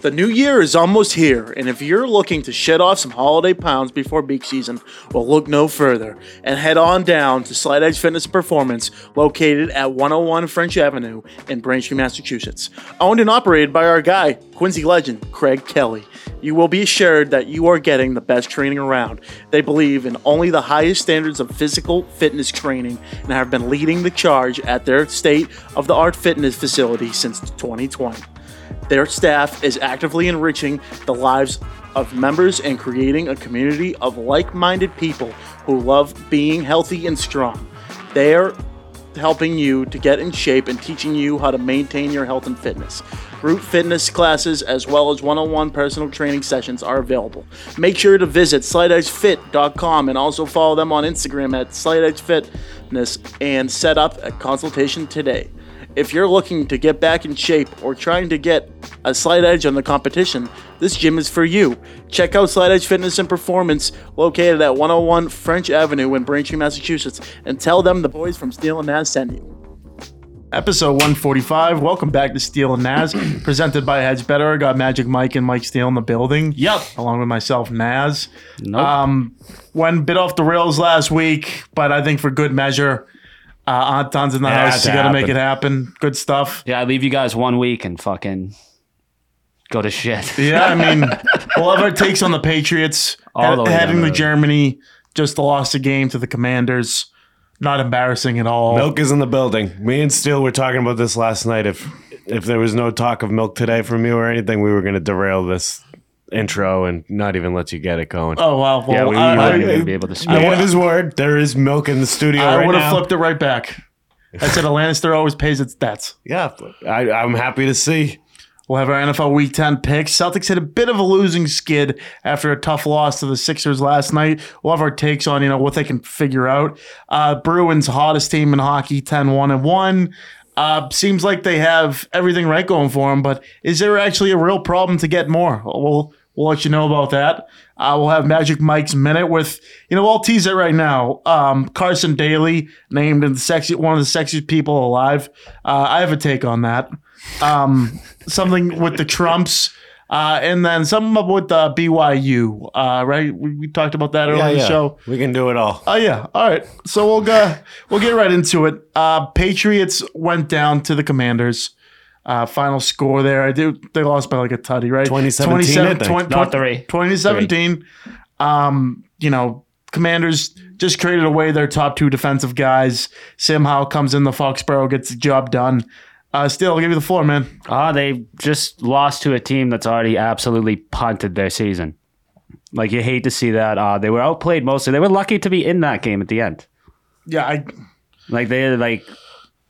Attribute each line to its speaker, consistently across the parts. Speaker 1: The new year is almost here, and if you're looking to shed off some holiday pounds before beak season, well, look no further and head on down to Slide Edge Fitness Performance, located at 101 French Avenue in Braintree, Massachusetts. Owned and operated by our guy, Quincy legend Craig Kelly. You will be assured that you are getting the best training around. They believe in only the highest standards of physical fitness training and have been leading the charge at their state of the art fitness facility since 2020. Their staff is actively enriching the lives of members and creating a community of like minded people who love being healthy and strong. They are helping you to get in shape and teaching you how to maintain your health and fitness. Group fitness classes as well as one on one personal training sessions are available. Make sure to visit slideedgefit.com and also follow them on Instagram at slideedgefitness and set up a consultation today. If you're looking to get back in shape or trying to get a slight edge on the competition, this gym is for you. Check out Slide Edge Fitness and Performance, located at 101 French Avenue in Braintree, Massachusetts, and tell them the boys from Steel and Nas sent you. Episode 145. Welcome back to Steel and Nas, presented by Hedge Better. I got Magic Mike and Mike Steele in the building.
Speaker 2: Yep.
Speaker 1: Along with myself, Nas.
Speaker 2: Nope.
Speaker 1: Um, one bit off the rails last week, but I think for good measure. Uh, Anton's in the
Speaker 2: had
Speaker 1: house.
Speaker 2: to
Speaker 1: You got to make
Speaker 2: happen.
Speaker 1: it happen. Good stuff.
Speaker 2: yeah, I leave you guys one week and fucking go to shit.
Speaker 1: Yeah, I mean, we'll have our takes on the Patriots.
Speaker 2: All the way down
Speaker 1: heading
Speaker 2: the
Speaker 1: to
Speaker 2: road.
Speaker 1: Germany, just lost a game to the Commanders. Not embarrassing at all.
Speaker 3: Milk is in the building. Me and Steele were talking about this last night. If if there was no talk of milk today from you or anything, we were going to derail this intro and not even let you get it going.
Speaker 1: Oh wow! Well,
Speaker 2: Yeah, we,
Speaker 1: I,
Speaker 2: we
Speaker 1: I,
Speaker 2: weren't even gonna be able to speak.
Speaker 3: Man his word. There is milk in the studio
Speaker 1: I
Speaker 3: right
Speaker 1: would have
Speaker 3: now.
Speaker 1: flipped it right back. I said a Lannister always pays its debts.
Speaker 3: Yeah, I, I'm happy to see.
Speaker 1: We'll have our NFL Week 10 picks. Celtics had a bit of a losing skid after a tough loss to the Sixers last night. We'll have our takes on, you know, what they can figure out. Uh, Bruins, hottest team in hockey, 10-1 and 1. Uh, seems like they have everything right going for them, but is there actually a real problem to get more? We'll we'll let you know about that. Uh, we'll have Magic Mike's minute with, you know, I'll tease it right now. Um, Carson Daly named in the sexy one of the sexiest people alive. Uh, I have a take on that um, something with the Trumps, uh, and then something up with uh, BYU. Uh, right, we, we talked about that earlier
Speaker 3: Yeah,
Speaker 1: in the
Speaker 3: yeah.
Speaker 1: show.
Speaker 3: We can do it all.
Speaker 1: Oh yeah, all right. So we'll go. We'll get right into it. Uh, Patriots went down to the Commanders. Uh, final score there. I do. They lost by like a tutty, right?
Speaker 3: 2017, I think.
Speaker 1: 20,
Speaker 2: No, three.
Speaker 1: 2017. Um, you know, Commanders just traded away their top two defensive guys. Sam Howell comes in the Foxborough, gets the job done. Uh, still, I'll give you the floor, man.
Speaker 2: Ah, they just lost to a team that's already absolutely punted their season. Like you hate to see that. Uh, they were outplayed mostly. They were lucky to be in that game at the end.
Speaker 1: Yeah, I
Speaker 2: Like they like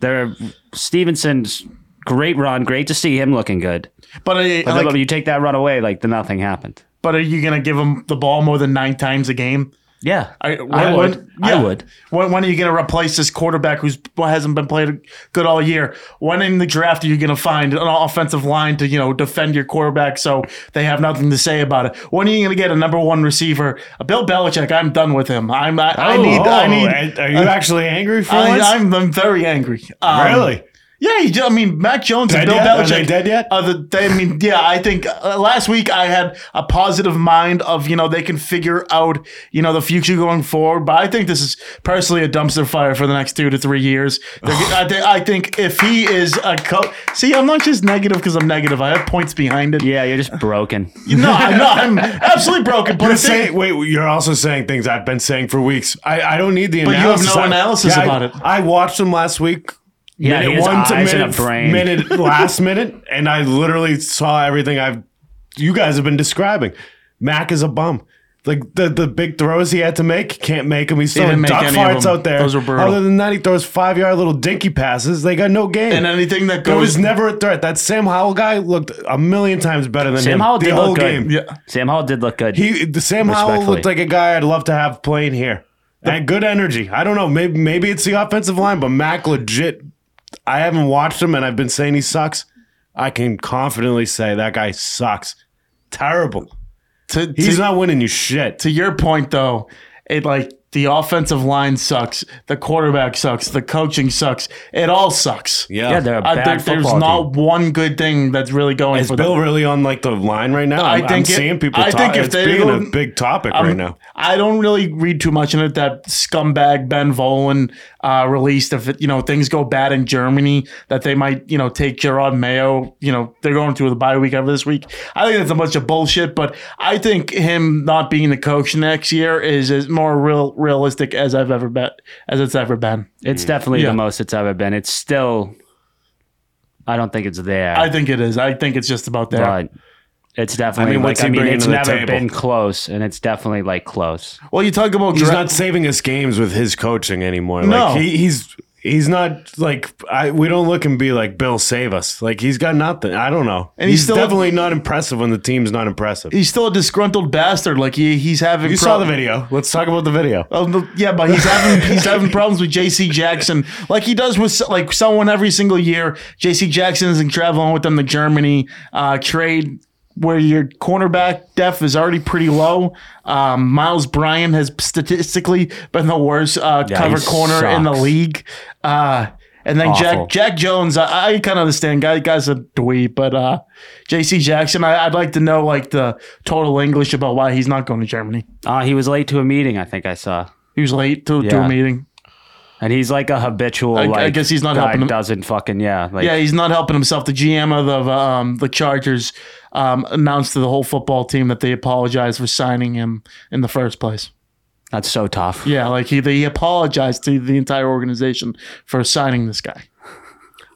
Speaker 2: they're Stevenson's great run. Great to see him looking good.
Speaker 1: but I,
Speaker 2: But
Speaker 1: like,
Speaker 2: then you take that run away, like the nothing happened.
Speaker 1: but are you gonna give him the ball more than nine times a game?
Speaker 2: Yeah,
Speaker 1: I,
Speaker 2: I would.
Speaker 1: yeah.
Speaker 2: I would.
Speaker 1: When, when are you gonna replace this quarterback who's who hasn't been played good all year? When in the draft are you gonna find an offensive line to you know defend your quarterback so they have nothing to say about it? When are you gonna get a number one receiver? Bill Belichick, I'm done with him. I'm I, I need
Speaker 3: Oh,
Speaker 1: I need.
Speaker 3: are- Are you actually angry for
Speaker 1: I,
Speaker 3: once?
Speaker 1: I'm, I'm very angry. Um,
Speaker 3: really?
Speaker 1: Yeah, you do- I mean, Mac Jones
Speaker 3: Dead
Speaker 1: and Bill
Speaker 3: yet? Are
Speaker 1: Belichick.
Speaker 3: they dead yet?
Speaker 1: Uh, the, they, I mean, yeah, I think uh, last week I had a positive mind of, you know, they can figure out, you know, the future going forward. But I think this is personally a dumpster fire for the next two to three years. They're g- I, thi- I think if he is a coach. See, I'm not just negative because I'm negative. I have points behind it.
Speaker 2: yeah, you're just broken.
Speaker 1: No, I'm, not, I'm absolutely broken. But I
Speaker 3: You're
Speaker 1: think-
Speaker 3: saying, wait, you're also saying things I've been saying for weeks. I, I don't need the
Speaker 1: But you have
Speaker 3: analysis.
Speaker 1: no
Speaker 3: I-
Speaker 1: analysis
Speaker 3: yeah, I-
Speaker 1: about it.
Speaker 3: I watched them last week.
Speaker 2: Yeah,
Speaker 3: minute
Speaker 2: his
Speaker 3: one to
Speaker 2: eyes
Speaker 3: minute,
Speaker 2: and a brain.
Speaker 3: minute last minute, and I literally saw everything I've you guys have been describing. Mac is a bum. Like the, the big throws he had to make, can't make them. He's
Speaker 1: didn't
Speaker 3: throwing
Speaker 1: make
Speaker 3: duck
Speaker 1: any of
Speaker 3: farts
Speaker 1: them.
Speaker 3: out there.
Speaker 1: Those were brutal.
Speaker 3: Other than that, he throws five yard little dinky passes. They got no game.
Speaker 1: And anything that
Speaker 3: there
Speaker 1: goes.
Speaker 3: was never a threat. That Sam Howell guy looked a million times better than
Speaker 2: Sam
Speaker 3: him
Speaker 2: Howell
Speaker 3: the
Speaker 2: did
Speaker 3: whole
Speaker 2: look good.
Speaker 3: game.
Speaker 1: yeah.
Speaker 2: Sam Hall did look good.
Speaker 3: He the Sam Howell
Speaker 2: Respectfully.
Speaker 3: looked like a guy I'd love to have playing here. And good energy. I don't know. Maybe maybe it's the offensive line, but Mac legit. I haven't watched him, and I've been saying he sucks. I can confidently say that guy sucks. Terrible.
Speaker 1: To, to,
Speaker 3: He's not winning you shit.
Speaker 1: to your point, though, it like The offensive line sucks. The quarterback sucks. The coaching sucks. It all sucks.
Speaker 3: Yeah.
Speaker 2: Yeah, they're a
Speaker 1: I
Speaker 2: bad
Speaker 1: think there's
Speaker 2: football
Speaker 1: not
Speaker 2: team.
Speaker 1: one good thing that's really going
Speaker 3: Is
Speaker 1: for
Speaker 3: Bill
Speaker 1: them.
Speaker 3: really on like the line right now?
Speaker 1: I
Speaker 3: I'm, I'm
Speaker 1: think it-
Speaker 3: seeing people
Speaker 1: I
Speaker 3: talk.
Speaker 1: think if
Speaker 3: it's
Speaker 1: they
Speaker 3: being a
Speaker 1: don't-
Speaker 3: big topic right now.
Speaker 1: I don't really read too much in it. That scumbag Ben Volen uh, released if it, you know things go bad in Germany that they might you know take Gerard Mayo. You know they're going through the bye week over this week. I think that's a bunch of bullshit. But I think him not being the coach next year is as more real realistic as I've ever bet as it's ever been.
Speaker 2: It's definitely
Speaker 1: Yeah.
Speaker 2: the most it's ever been. It's still, I don't think it's there,
Speaker 1: I think it is. I think it's just about there.
Speaker 2: but it's definitely.
Speaker 3: I
Speaker 2: I
Speaker 3: mean,
Speaker 2: mean,
Speaker 3: what's
Speaker 2: like, I
Speaker 3: he
Speaker 2: mean
Speaker 3: bringing
Speaker 2: it's
Speaker 3: to the
Speaker 2: never
Speaker 3: table?
Speaker 2: been close, and it's definitely like close.
Speaker 1: Well, you talk about
Speaker 3: He's
Speaker 1: dra-
Speaker 3: not saving us games with his coaching anymore.
Speaker 1: No.
Speaker 3: Like he, he's he's not like I we don't look and be like Bill save us. Like he's got nothing. I don't know.
Speaker 1: And
Speaker 3: And
Speaker 1: he's
Speaker 3: he's,
Speaker 1: still-
Speaker 3: definitely not impressive when the team's not impressive. You
Speaker 1: He's still a disgruntled bastard. Like he, he's having.
Speaker 3: saw
Speaker 1: prob-
Speaker 3: the video. Let's talk about the video.
Speaker 1: Oh, no, yeah, but he's having he's having problems with J.C. Jackson, like he does with like someone every single year. J.C. Jackson isn't traveling with them to Germany. Uh, trade where your cornerback depth is already pretty low. Um, Miles Bryan has statistically been the worst uh,
Speaker 2: Yeah,
Speaker 1: cover
Speaker 2: he
Speaker 1: corner in the
Speaker 2: sucks.
Speaker 1: league. Uh, and then
Speaker 2: Awful.
Speaker 1: Jack Jack Jones, I, I kind of understand. Guy guy's a dweeb, but uh, J.C. Jackson, I, I'd like to know like the total English about why he's not going to Germany.
Speaker 2: Uh, he was late to a meeting, I think I saw,
Speaker 1: He was late to, to
Speaker 2: Yeah.
Speaker 1: a meeting.
Speaker 2: and he's like a habitual.
Speaker 1: I- I
Speaker 2: like,
Speaker 1: guess he's not
Speaker 2: guy
Speaker 1: helping him.
Speaker 2: Doesn't fucking yeah. Like,
Speaker 1: Yeah, he's not helping himself. The GM of the um, the Chargers um, announced to the whole football team that they apologized for signing him in the first place.
Speaker 2: that's so tough.
Speaker 1: Yeah, like he they apologized to the entire organization for signing this guy.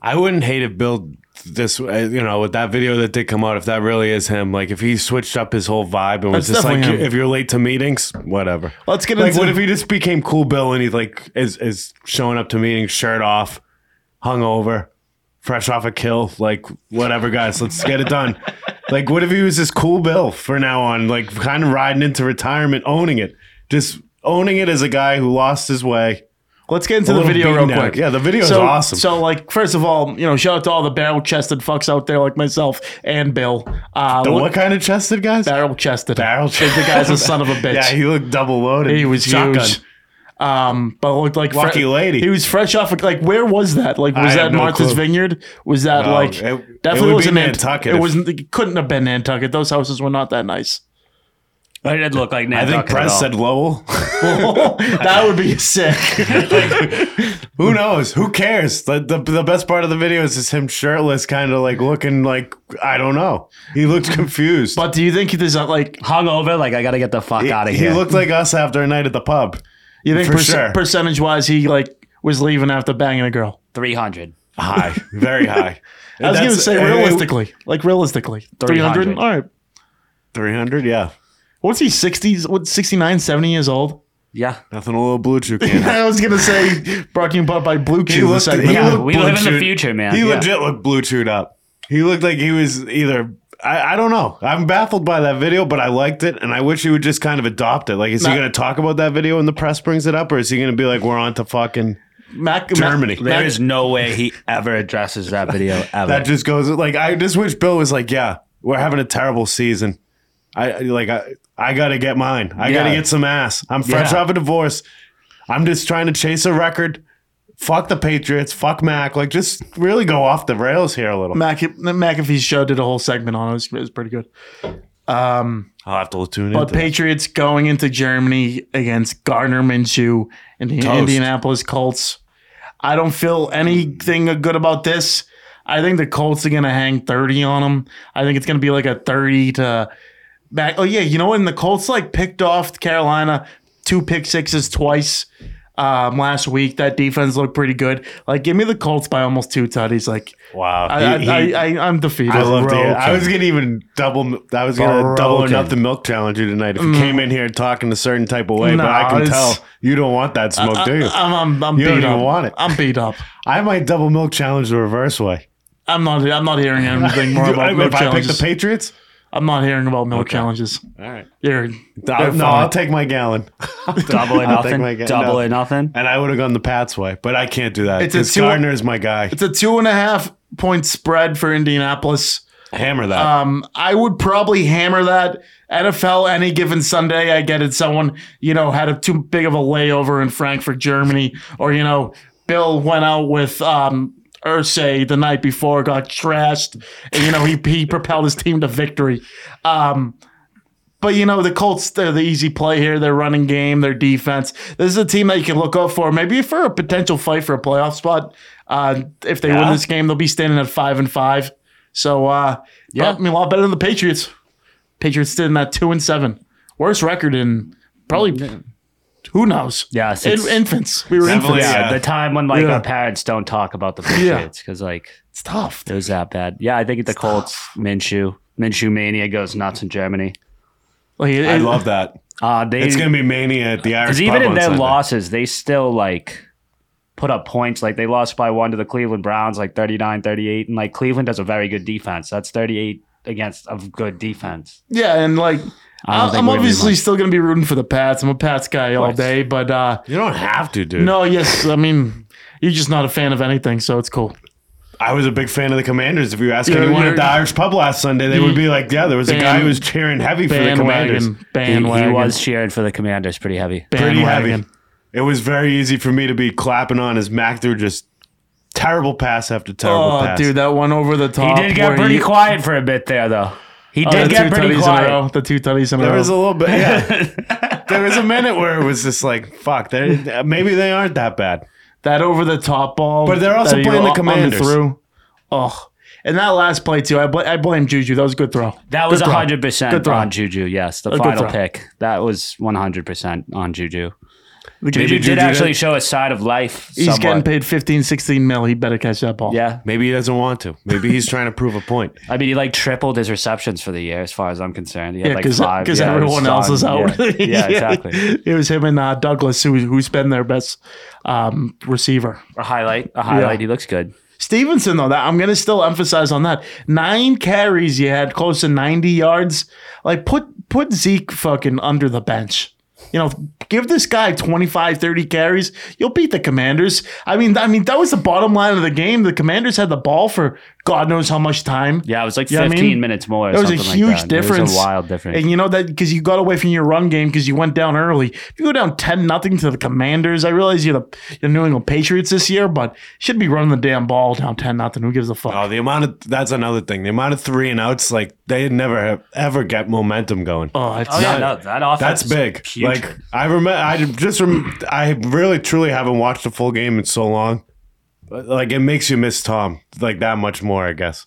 Speaker 3: I wouldn't hate if Bill this uh, you know with that video that did come out if that really is him like if he switched up his whole vibe and was
Speaker 1: That's
Speaker 3: just like
Speaker 1: definitely him.
Speaker 3: if you're late to meetings whatever
Speaker 1: Let's get
Speaker 3: like
Speaker 1: into
Speaker 3: what if he just became cool Bill and he's like is is showing up to meetings shirt off, hungover, fresh off a kill, like whatever guys, let's get it done. Like what if he was just cool Bill for now on, like kind of riding into retirement, owning it, just owning it as a guy who lost his way.
Speaker 1: let's get into
Speaker 3: A
Speaker 1: the
Speaker 3: little
Speaker 1: video real
Speaker 3: beatdown.
Speaker 1: quick.
Speaker 3: Yeah, the video is
Speaker 1: so,
Speaker 3: awesome.
Speaker 1: So like first of all, you know, shout out to all the barrel chested fucks out there like myself and Bill. Uh,
Speaker 3: The what kind of chested guys?
Speaker 1: barrel chested?
Speaker 3: Barrel
Speaker 1: The guy's a son of a bitch.
Speaker 3: Yeah, he looked double loaded.
Speaker 1: He was
Speaker 3: Shotgun.
Speaker 1: huge. Um, but looked like
Speaker 3: Lucky lady.
Speaker 1: He was fresh off. Of, like where was that? Like was
Speaker 3: I
Speaker 1: that
Speaker 3: have no
Speaker 1: Martha's
Speaker 3: clue.
Speaker 1: Vineyard? Was that
Speaker 3: No,
Speaker 1: like
Speaker 3: it- it
Speaker 1: definitely
Speaker 3: would
Speaker 1: wasn't
Speaker 3: be
Speaker 1: Nant-
Speaker 3: Nantucket
Speaker 1: It
Speaker 3: if-
Speaker 1: wasn't. It couldn't have been Nantucket. Those houses were not that nice.
Speaker 2: I did look like
Speaker 3: I think Press said Lowell.
Speaker 1: that would be sick.
Speaker 3: Who knows? Who cares? The, the the best part of the video is just him shirtless, kind of like looking like I don't know. He looked confused.
Speaker 1: but do you think there's a, like
Speaker 2: hungover. Like I gotta get the fuck out of
Speaker 3: he,
Speaker 2: here.
Speaker 3: looked like us after a night at the pub.
Speaker 1: you think
Speaker 3: For sure.
Speaker 1: percentage wise he like was leaving after banging a girl?
Speaker 2: three hundred.
Speaker 3: High, very high.
Speaker 1: I was gonna
Speaker 3: That's-
Speaker 1: say
Speaker 3: and it-
Speaker 1: realistically, like realistically, three hundred.
Speaker 2: 300.
Speaker 1: All right.
Speaker 3: 300, yeah.
Speaker 1: What's he? Sixties? What? 69, 70 years old?
Speaker 2: Yeah,
Speaker 3: Nothing a little blue chew can.
Speaker 1: I was gonna say brought to you by Blue Chew.
Speaker 3: He
Speaker 1: the
Speaker 3: looked-
Speaker 1: segment.
Speaker 3: he looked
Speaker 2: we live in
Speaker 3: Bluetooth.
Speaker 2: the future, man.
Speaker 3: he
Speaker 1: Uh,
Speaker 2: Yeah.
Speaker 3: legit looked blue chewed up. He looked like he was either. I, I don't know. I'm baffled by that video, but I liked it, and I wish he would just kind of adopt it. Like, is
Speaker 1: Nah.
Speaker 3: he going to talk about that video when the press brings it up, or is he going to be like, "We're on to fucking"?
Speaker 1: Mac,
Speaker 3: Germany.
Speaker 1: Mac,
Speaker 2: There is no way he ever addresses that video ever.
Speaker 3: That just goes like I just wish Bill was like, yeah, we're having a terrible season. I like I I gotta get mine. I gotta
Speaker 2: Yeah.
Speaker 3: get some ass. I'm fresh
Speaker 2: Yeah.
Speaker 3: off a divorce. I'm just trying to chase a record. Fuck the Patriots. Fuck Mac. Like just really go off the rails here a little.
Speaker 1: Mac, McAfee's show did a whole segment on it. It was, it was pretty good.
Speaker 3: I'll have to tune
Speaker 1: But Patriots going into Germany against Gardner Minshew and the
Speaker 3: Toast.
Speaker 1: Indianapolis Colts. I don't feel anything good about this. I think the Colts are going to hang 30 on them. I think it's going to be like a 30 to back. Oh, yeah. You know, and the Colts like picked off Carolina two pick sixes twice um, last week. That defense looked pretty good. Like, give me the Colts by almost two tutties. Like,
Speaker 3: Wow.
Speaker 1: I,
Speaker 3: He-
Speaker 1: I,
Speaker 3: he-
Speaker 1: I, I, I'm defeated.
Speaker 3: I love to hear.
Speaker 2: Broken.
Speaker 3: I was gonna even double. I was gonna double or
Speaker 2: Broken.
Speaker 3: nothing milk challenge you tonight if you came in here talking a certain type of way.
Speaker 1: No,
Speaker 3: but I can
Speaker 1: Mm. it's-
Speaker 3: tell you don't want that smoke, do you?
Speaker 1: I'm, I'm, I'm
Speaker 3: You don't
Speaker 1: beat
Speaker 3: even
Speaker 1: up.
Speaker 3: want it.
Speaker 1: I'm beat up.
Speaker 3: I might double milk challenge the reverse way.
Speaker 1: I'm not. I'm not hearing anything more
Speaker 3: Dude,
Speaker 1: about
Speaker 3: if
Speaker 1: milk
Speaker 3: I pick the
Speaker 1: challenges.
Speaker 3: Patriots,
Speaker 1: I'm not hearing about milk challenges.
Speaker 3: all right.
Speaker 1: You're
Speaker 3: I'll,
Speaker 1: They're
Speaker 3: no, I'll
Speaker 1: fine.
Speaker 3: take my gallon,
Speaker 2: double or
Speaker 3: I'll take
Speaker 2: nothing.
Speaker 3: my ga-
Speaker 2: double
Speaker 3: no.
Speaker 2: or nothing.
Speaker 3: and I would have gone the Pats way, but I can't do that
Speaker 1: It's a
Speaker 3: because
Speaker 1: two-
Speaker 3: Gardner is my guy.
Speaker 1: it's a two and a half point spread for Indianapolis.
Speaker 3: Hammer that.
Speaker 1: Um, I would probably hammer that NFL any given Sunday. I get it. Someone you know had a too big of a layover in Frankfurt, Germany, or you know Bill went out with um, Ursay the night before, got trashed, and you know he he propelled his team to victory. Um, but you know the Colts, they're the easy play here. Their running game, their defense. This is a team that you can look out for, maybe for a potential fight for a playoff spot. Uh, if they win
Speaker 3: Yeah.
Speaker 1: this game, they'll be standing at five and five. So uh, yeah, I mean a lot better than the Patriots. Patriots did in that two and seven, worst record in
Speaker 2: Mm-hmm.
Speaker 1: probably who knows.
Speaker 2: Yeah,
Speaker 1: in,
Speaker 2: since-
Speaker 1: infants. We were
Speaker 3: Definitely,
Speaker 1: infants.
Speaker 3: yeah.
Speaker 2: the time when like
Speaker 1: Yeah.
Speaker 2: our parents don't talk about the Patriots because like
Speaker 1: It's tough.
Speaker 2: it was that bad. Yeah, I think the Colts Minshew Minshew mania goes nuts in Germany.
Speaker 1: Like it,
Speaker 3: I
Speaker 1: it-
Speaker 3: love that.
Speaker 2: Uh, they
Speaker 3: It's gonna be mania at the Irish.
Speaker 2: because
Speaker 3: pub
Speaker 2: even in
Speaker 3: on
Speaker 2: their
Speaker 3: Sunday.
Speaker 2: losses, they still like put up points. Like they lost by one to the Cleveland Browns, like 39-38. and like Cleveland does a very good defense. That's thirty eight against a good defense.
Speaker 1: yeah, and like
Speaker 2: I don't
Speaker 1: I
Speaker 2: think
Speaker 1: am
Speaker 2: we're gonna be
Speaker 1: obviously
Speaker 2: much.
Speaker 1: still gonna be rooting for the Pats. I'm a Pats guy all
Speaker 2: course.
Speaker 1: day, but uh,
Speaker 3: You don't have to, dude.
Speaker 1: no, yes, I mean you're just not a fan of anything, so it's cool.
Speaker 3: I was a big fan of the Commanders. If you ask
Speaker 1: You're-
Speaker 3: anyone
Speaker 1: you're-
Speaker 3: at the Irish pub last Sunday, they
Speaker 1: You-
Speaker 3: would be like, "Yeah, there was a guy
Speaker 1: Ban-
Speaker 3: who was cheering heavy for the Commanders."
Speaker 1: Bandwagon,
Speaker 2: He,
Speaker 1: bandwagon.
Speaker 2: he was cheering for the Commanders pretty heavy.
Speaker 3: Pretty
Speaker 1: bandwagon.
Speaker 3: heavy. It was very easy for me to be clapping on as Mac threw just terrible pass after terrible
Speaker 1: Oh,
Speaker 3: pass.
Speaker 1: dude, that one over the
Speaker 2: He
Speaker 1: top.
Speaker 2: did get
Speaker 1: where
Speaker 2: pretty
Speaker 1: he-
Speaker 2: quiet for a bit there, though. He
Speaker 1: Oh,
Speaker 2: did
Speaker 1: the
Speaker 2: get
Speaker 1: two
Speaker 2: pretty
Speaker 1: tutties in a row.
Speaker 2: quiet.
Speaker 1: The two tutties in a
Speaker 3: There was a
Speaker 1: row.
Speaker 3: little bit, yeah. there was a minute where it was just like, "Fuck," they're- maybe they aren't that bad.
Speaker 1: That over the top ball.
Speaker 3: But they're also
Speaker 1: that he
Speaker 3: playing the
Speaker 1: un-
Speaker 3: Commanders.
Speaker 1: underthrew. Oh, and that last play too. I, bl- I blame Juju. That was a good throw.
Speaker 2: That was
Speaker 1: Good throw.
Speaker 2: hundred
Speaker 1: Good
Speaker 2: percent
Speaker 1: throw.
Speaker 2: on Juju. Yes, the
Speaker 1: good
Speaker 2: final
Speaker 1: throw.
Speaker 2: pick. That was one hundred percent on Juju. Juju,
Speaker 3: Juju
Speaker 2: did
Speaker 3: did-
Speaker 2: actually show a side of life.
Speaker 1: He's
Speaker 2: somewhat.
Speaker 1: getting paid 15, 16 mil. He better catch that ball.
Speaker 2: Yeah,
Speaker 3: Maybe he doesn't want to. Maybe he's trying to prove a point.
Speaker 2: I mean, he like tripled his receptions for the year, as far as I'm concerned. He had
Speaker 1: Yeah,
Speaker 2: like
Speaker 1: because
Speaker 2: five. Yeah, it was
Speaker 1: everyone else
Speaker 2: done.
Speaker 1: is out.
Speaker 2: Yeah, Yeah, exactly.
Speaker 1: It was him and uh, Douglas, who, who's been their best um, receiver.
Speaker 2: A highlight, a highlight. He looks good.
Speaker 1: Stevenson, though, that I'm gonna still emphasize on that. Nine carries you had close to 90 yards. Like put put Zeke fucking under the bench. You know, give this guy 25, 30 carries. You'll beat the commanders. I mean, I mean, that was the bottom line of the game. The commanders had the ball for God knows how much time.
Speaker 2: Yeah, it was like
Speaker 1: know what I
Speaker 2: 15
Speaker 1: mean?
Speaker 2: minutes more. Or
Speaker 1: That was a
Speaker 2: something like
Speaker 1: huge
Speaker 2: that. It was a
Speaker 1: difference.
Speaker 2: wild difference.
Speaker 1: And you know that because you got away from your run game because you went down early. If you go down ten nothing to the Commanders, I realize you're the you're New England Patriots this year, but should be running the damn ball down ten nothing. Who gives a fuck?
Speaker 3: Oh, the amount of that's another thing. The amount of three and outs, like they never have, ever get momentum going.
Speaker 1: Oh, it's
Speaker 2: oh yeah, no, that offense.
Speaker 3: That's
Speaker 2: is
Speaker 3: big.
Speaker 2: putrid.
Speaker 3: Like I remember, I just rem- I really truly haven't watched a full game in so long. But, Like it makes you miss Tom like that much more, I guess.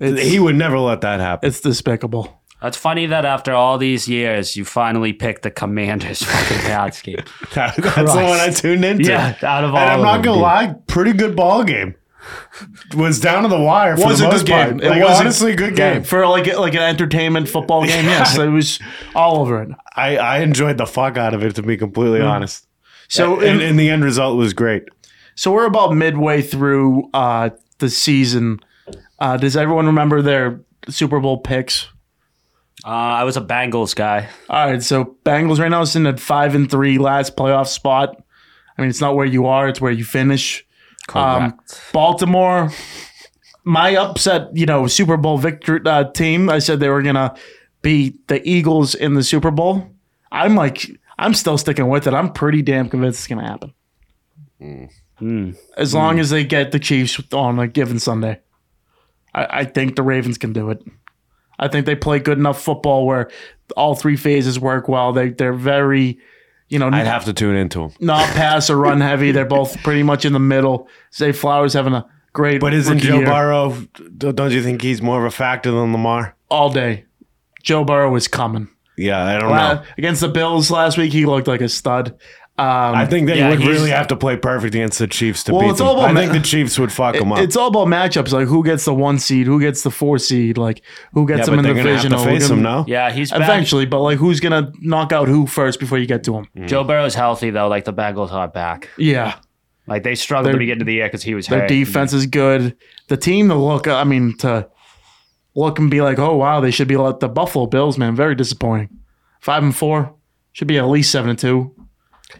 Speaker 1: It's-
Speaker 3: He would never let that happen.
Speaker 1: It's despicable.
Speaker 2: That's funny that after all these years, you finally picked the Commanders fucking Pats game.
Speaker 3: That- that's the one I tuned into.
Speaker 2: Yeah, out of all.
Speaker 3: and I'm
Speaker 2: of
Speaker 3: not
Speaker 2: them,
Speaker 3: gonna
Speaker 2: dude.
Speaker 3: lie, pretty good ball game. Was down to the wire for
Speaker 1: Was
Speaker 3: the
Speaker 1: a
Speaker 3: most
Speaker 1: good
Speaker 3: part.
Speaker 1: game. It
Speaker 3: Like,
Speaker 1: was a-
Speaker 3: honestly good game.
Speaker 1: for like like an entertainment football game. Yes, it was all over it.
Speaker 3: I, I enjoyed the fuck out of it to be completely
Speaker 1: Mm.
Speaker 3: honest.
Speaker 1: So in-
Speaker 3: And, and the end result was great.
Speaker 1: So we're about midway through uh, the season. Uh, does everyone remember their Super Bowl picks?
Speaker 2: Uh, I was a Bengals guy.
Speaker 1: All right, so Bengals right now is in at five and three, last playoff spot. I mean, it's not where you are; it's where you finish. Um, Baltimore, my upset, you know, Super Bowl victor uh, team. I said they were gonna beat the Eagles in the Super Bowl. I'm like, I'm still sticking with it. I'm pretty damn convinced it's gonna happen.
Speaker 3: Hmm.
Speaker 1: As long as they get the Chiefs on a given Sunday, I, I think the Ravens can do it. I think they play good enough football where all three phases work well. They they're very, you know,
Speaker 3: I'd have to tune into him.
Speaker 1: not pass or run heavy. They're both pretty much in the middle. Say Flowers having a great
Speaker 3: But isn't
Speaker 1: rookie
Speaker 3: Joe
Speaker 1: year
Speaker 3: Burrow? d- Don't you think he's more of a factor than Lamar?
Speaker 1: all day. Joe Burrow is coming.
Speaker 3: Yeah, I don't
Speaker 1: Uh,
Speaker 3: know.
Speaker 1: against the Bills last week, he looked like a stud. Um,
Speaker 3: I think they
Speaker 2: Yeah,
Speaker 3: would
Speaker 2: he's-
Speaker 3: really have to play perfect against the Chiefs to
Speaker 1: Well,
Speaker 3: beat
Speaker 1: it's
Speaker 3: them.
Speaker 1: all about
Speaker 3: I think
Speaker 1: ma-
Speaker 3: the Chiefs would fuck them up.
Speaker 1: it's all about matchups, like who gets the one seed, who gets the four seed, like who
Speaker 3: yeah,
Speaker 1: gets
Speaker 3: but
Speaker 1: them
Speaker 3: they're
Speaker 1: in the
Speaker 3: going to have
Speaker 1: division.
Speaker 3: to face them now.
Speaker 2: yeah, he's back.
Speaker 1: Eventually, but like who's gonna knock out who first before you get to him?
Speaker 3: Mm.
Speaker 2: Joe Burrow's healthy though. Like the Bengals are back.
Speaker 1: Yeah,
Speaker 2: Like they struggled
Speaker 1: Their-
Speaker 2: to begin to the year because he was
Speaker 1: their
Speaker 2: hurt.
Speaker 1: defense is good. The team to look, I mean, to look and be like, oh wow, they should be like the Buffalo Bills, man. Very disappointing. Five and four should be at least seven and two.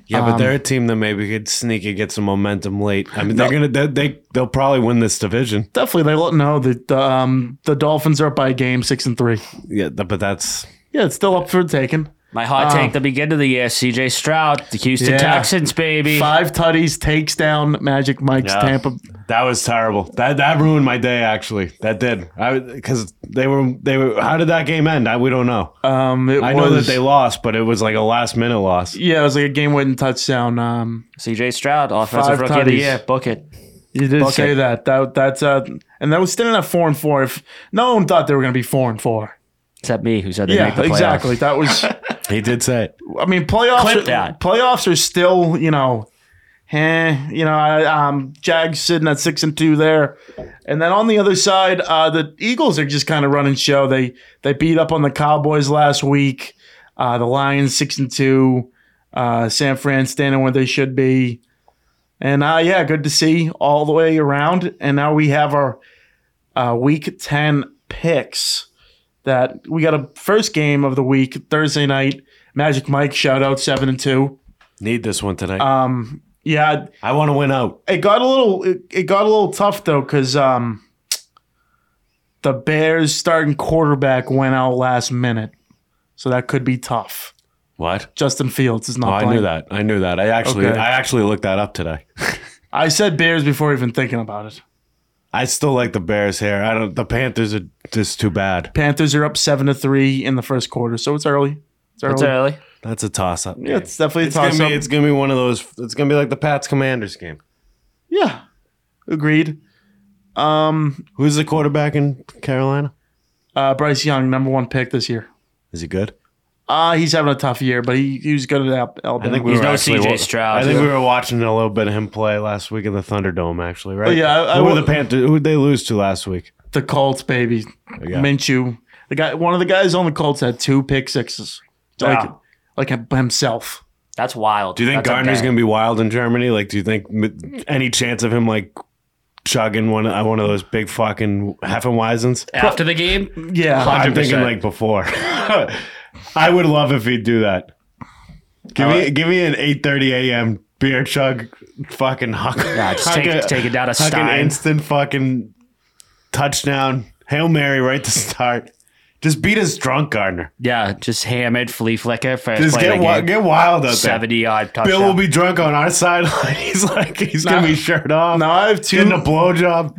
Speaker 3: Yeah, but
Speaker 2: Um,
Speaker 3: they're a team that maybe could sneak and get some momentum late. I mean, they're gonna they, they they'll probably win this division.
Speaker 1: Definitely, they let know that the, um, the Dolphins are up by a game, six and three.
Speaker 3: Yeah, th- but that's
Speaker 1: Yeah, it's still up for the taking.
Speaker 2: My hot take to begin of the year: C.J. Stroud, the Houston
Speaker 1: Yeah.
Speaker 2: Texans, baby.
Speaker 1: Five tutties takes down Magic Mike's
Speaker 3: Yeah.
Speaker 1: Tampa.
Speaker 3: that was terrible. That that ruined my day actually. That did. I because they were they were. How did that game end? I, we don't know.
Speaker 1: Um, it
Speaker 3: I
Speaker 1: was,
Speaker 3: know that they lost, but it was like a last minute loss.
Speaker 1: Yeah, it was like a game-winning touchdown. Um,
Speaker 2: C.J. Stroud, offensive
Speaker 1: Five
Speaker 2: rookie of the
Speaker 1: tutties.
Speaker 2: year. Book it.
Speaker 1: you did
Speaker 2: Bucket.
Speaker 1: say that. That that's uh, and that was standing at four and four. If no one thought they were going to be four and four.
Speaker 2: Except me, who said they
Speaker 1: yeah,
Speaker 2: make the playoffs.
Speaker 1: exactly. That was.
Speaker 3: He did say it.
Speaker 1: I mean, playoffs.
Speaker 2: Clip
Speaker 1: are-
Speaker 2: that.
Speaker 1: Playoffs are still, you know, eh, you know, I, um, Jags sitting at six and two there, and then on the other side, uh, the Eagles are just kind of running show. They they beat up on the Cowboys last week. Uh, the Lions six and two. Uh, San Fran standing where they should be, and uh, yeah, good to see all the way around. And now we have our uh, week ten picks. That we got a first game of the week Thursday night. Magic Mike, shout out seven and two.
Speaker 3: Need this one tonight.
Speaker 2: Uh,
Speaker 1: Um, yeah,
Speaker 3: I want to win out.
Speaker 1: it got a little it, it got a little tough though because um, the Bears starting quarterback went out last minute, so that could be tough.
Speaker 3: What?
Speaker 1: Justin Fields is
Speaker 3: Oh,
Speaker 1: not.
Speaker 3: I
Speaker 1: playing.
Speaker 3: knew that. I knew that. I actually
Speaker 1: Okay.
Speaker 3: I actually looked that up today.
Speaker 1: I said Bears before even thinking about it.
Speaker 3: I still like the Bears here. I don't. The Panthers are just too bad.
Speaker 1: Panthers are up seven to three in the first quarter, so it's early. It's early.
Speaker 2: It's early.
Speaker 3: That's a toss up.
Speaker 1: yeah, it's definitely a
Speaker 3: It's gonna
Speaker 1: toss
Speaker 3: be.
Speaker 1: up.
Speaker 3: It's gonna be one of those. It's gonna be like the Pats Commanders game.
Speaker 1: Yeah, agreed. Um,
Speaker 3: Who's the quarterback in Carolina?
Speaker 1: uh, Bryce Young, number one pick this year.
Speaker 3: Is he good?
Speaker 1: Uh, he's having a tough year, but he, he was good at Al- Alabama.
Speaker 2: we He's were no actually CJ wa- Stroud.
Speaker 3: I think we were watching a little bit of him play last week in the Thunderdome, actually, right?
Speaker 1: Oh, yeah, I- I
Speaker 3: Who were
Speaker 1: wa-
Speaker 3: the Panthers? Who did they lose to last week?
Speaker 1: the Colts, baby.
Speaker 3: Yeah.
Speaker 1: Minshew. The guy one of the guys on the Colts had two pick sixes.
Speaker 3: Ah.
Speaker 1: Like
Speaker 2: Wow.
Speaker 1: like him- himself.
Speaker 2: That's wild.
Speaker 3: Do you think
Speaker 2: That's a
Speaker 3: Gardner's
Speaker 2: bang.
Speaker 3: going to be wild in Germany? Like, do you think m- any chance of him like chugging one uh, one of those big fucking Heffenweisens?
Speaker 2: after the game?
Speaker 1: Yeah.
Speaker 3: I'm thinking
Speaker 2: 100%.
Speaker 3: like before. I would love if he'd do that. Give me give me an 8:30 a.m. beer chug, fucking huck,
Speaker 2: Yeah, just take,
Speaker 3: huck a-
Speaker 2: take it down a
Speaker 3: huck an
Speaker 2: Stein.
Speaker 3: instant fucking touchdown, hail mary right to start. Just beat his drunk Gardner.
Speaker 2: Yeah, just hammered, flea flicker, first
Speaker 3: Just
Speaker 2: play
Speaker 3: get
Speaker 2: of the
Speaker 3: wild,
Speaker 2: game.
Speaker 3: get wild out there.
Speaker 2: 70 yard touchdown.
Speaker 3: Bill will be drunk on our sideline. He's like he's gonna be shirt off,
Speaker 1: Now I have two
Speaker 3: getting a blowjob.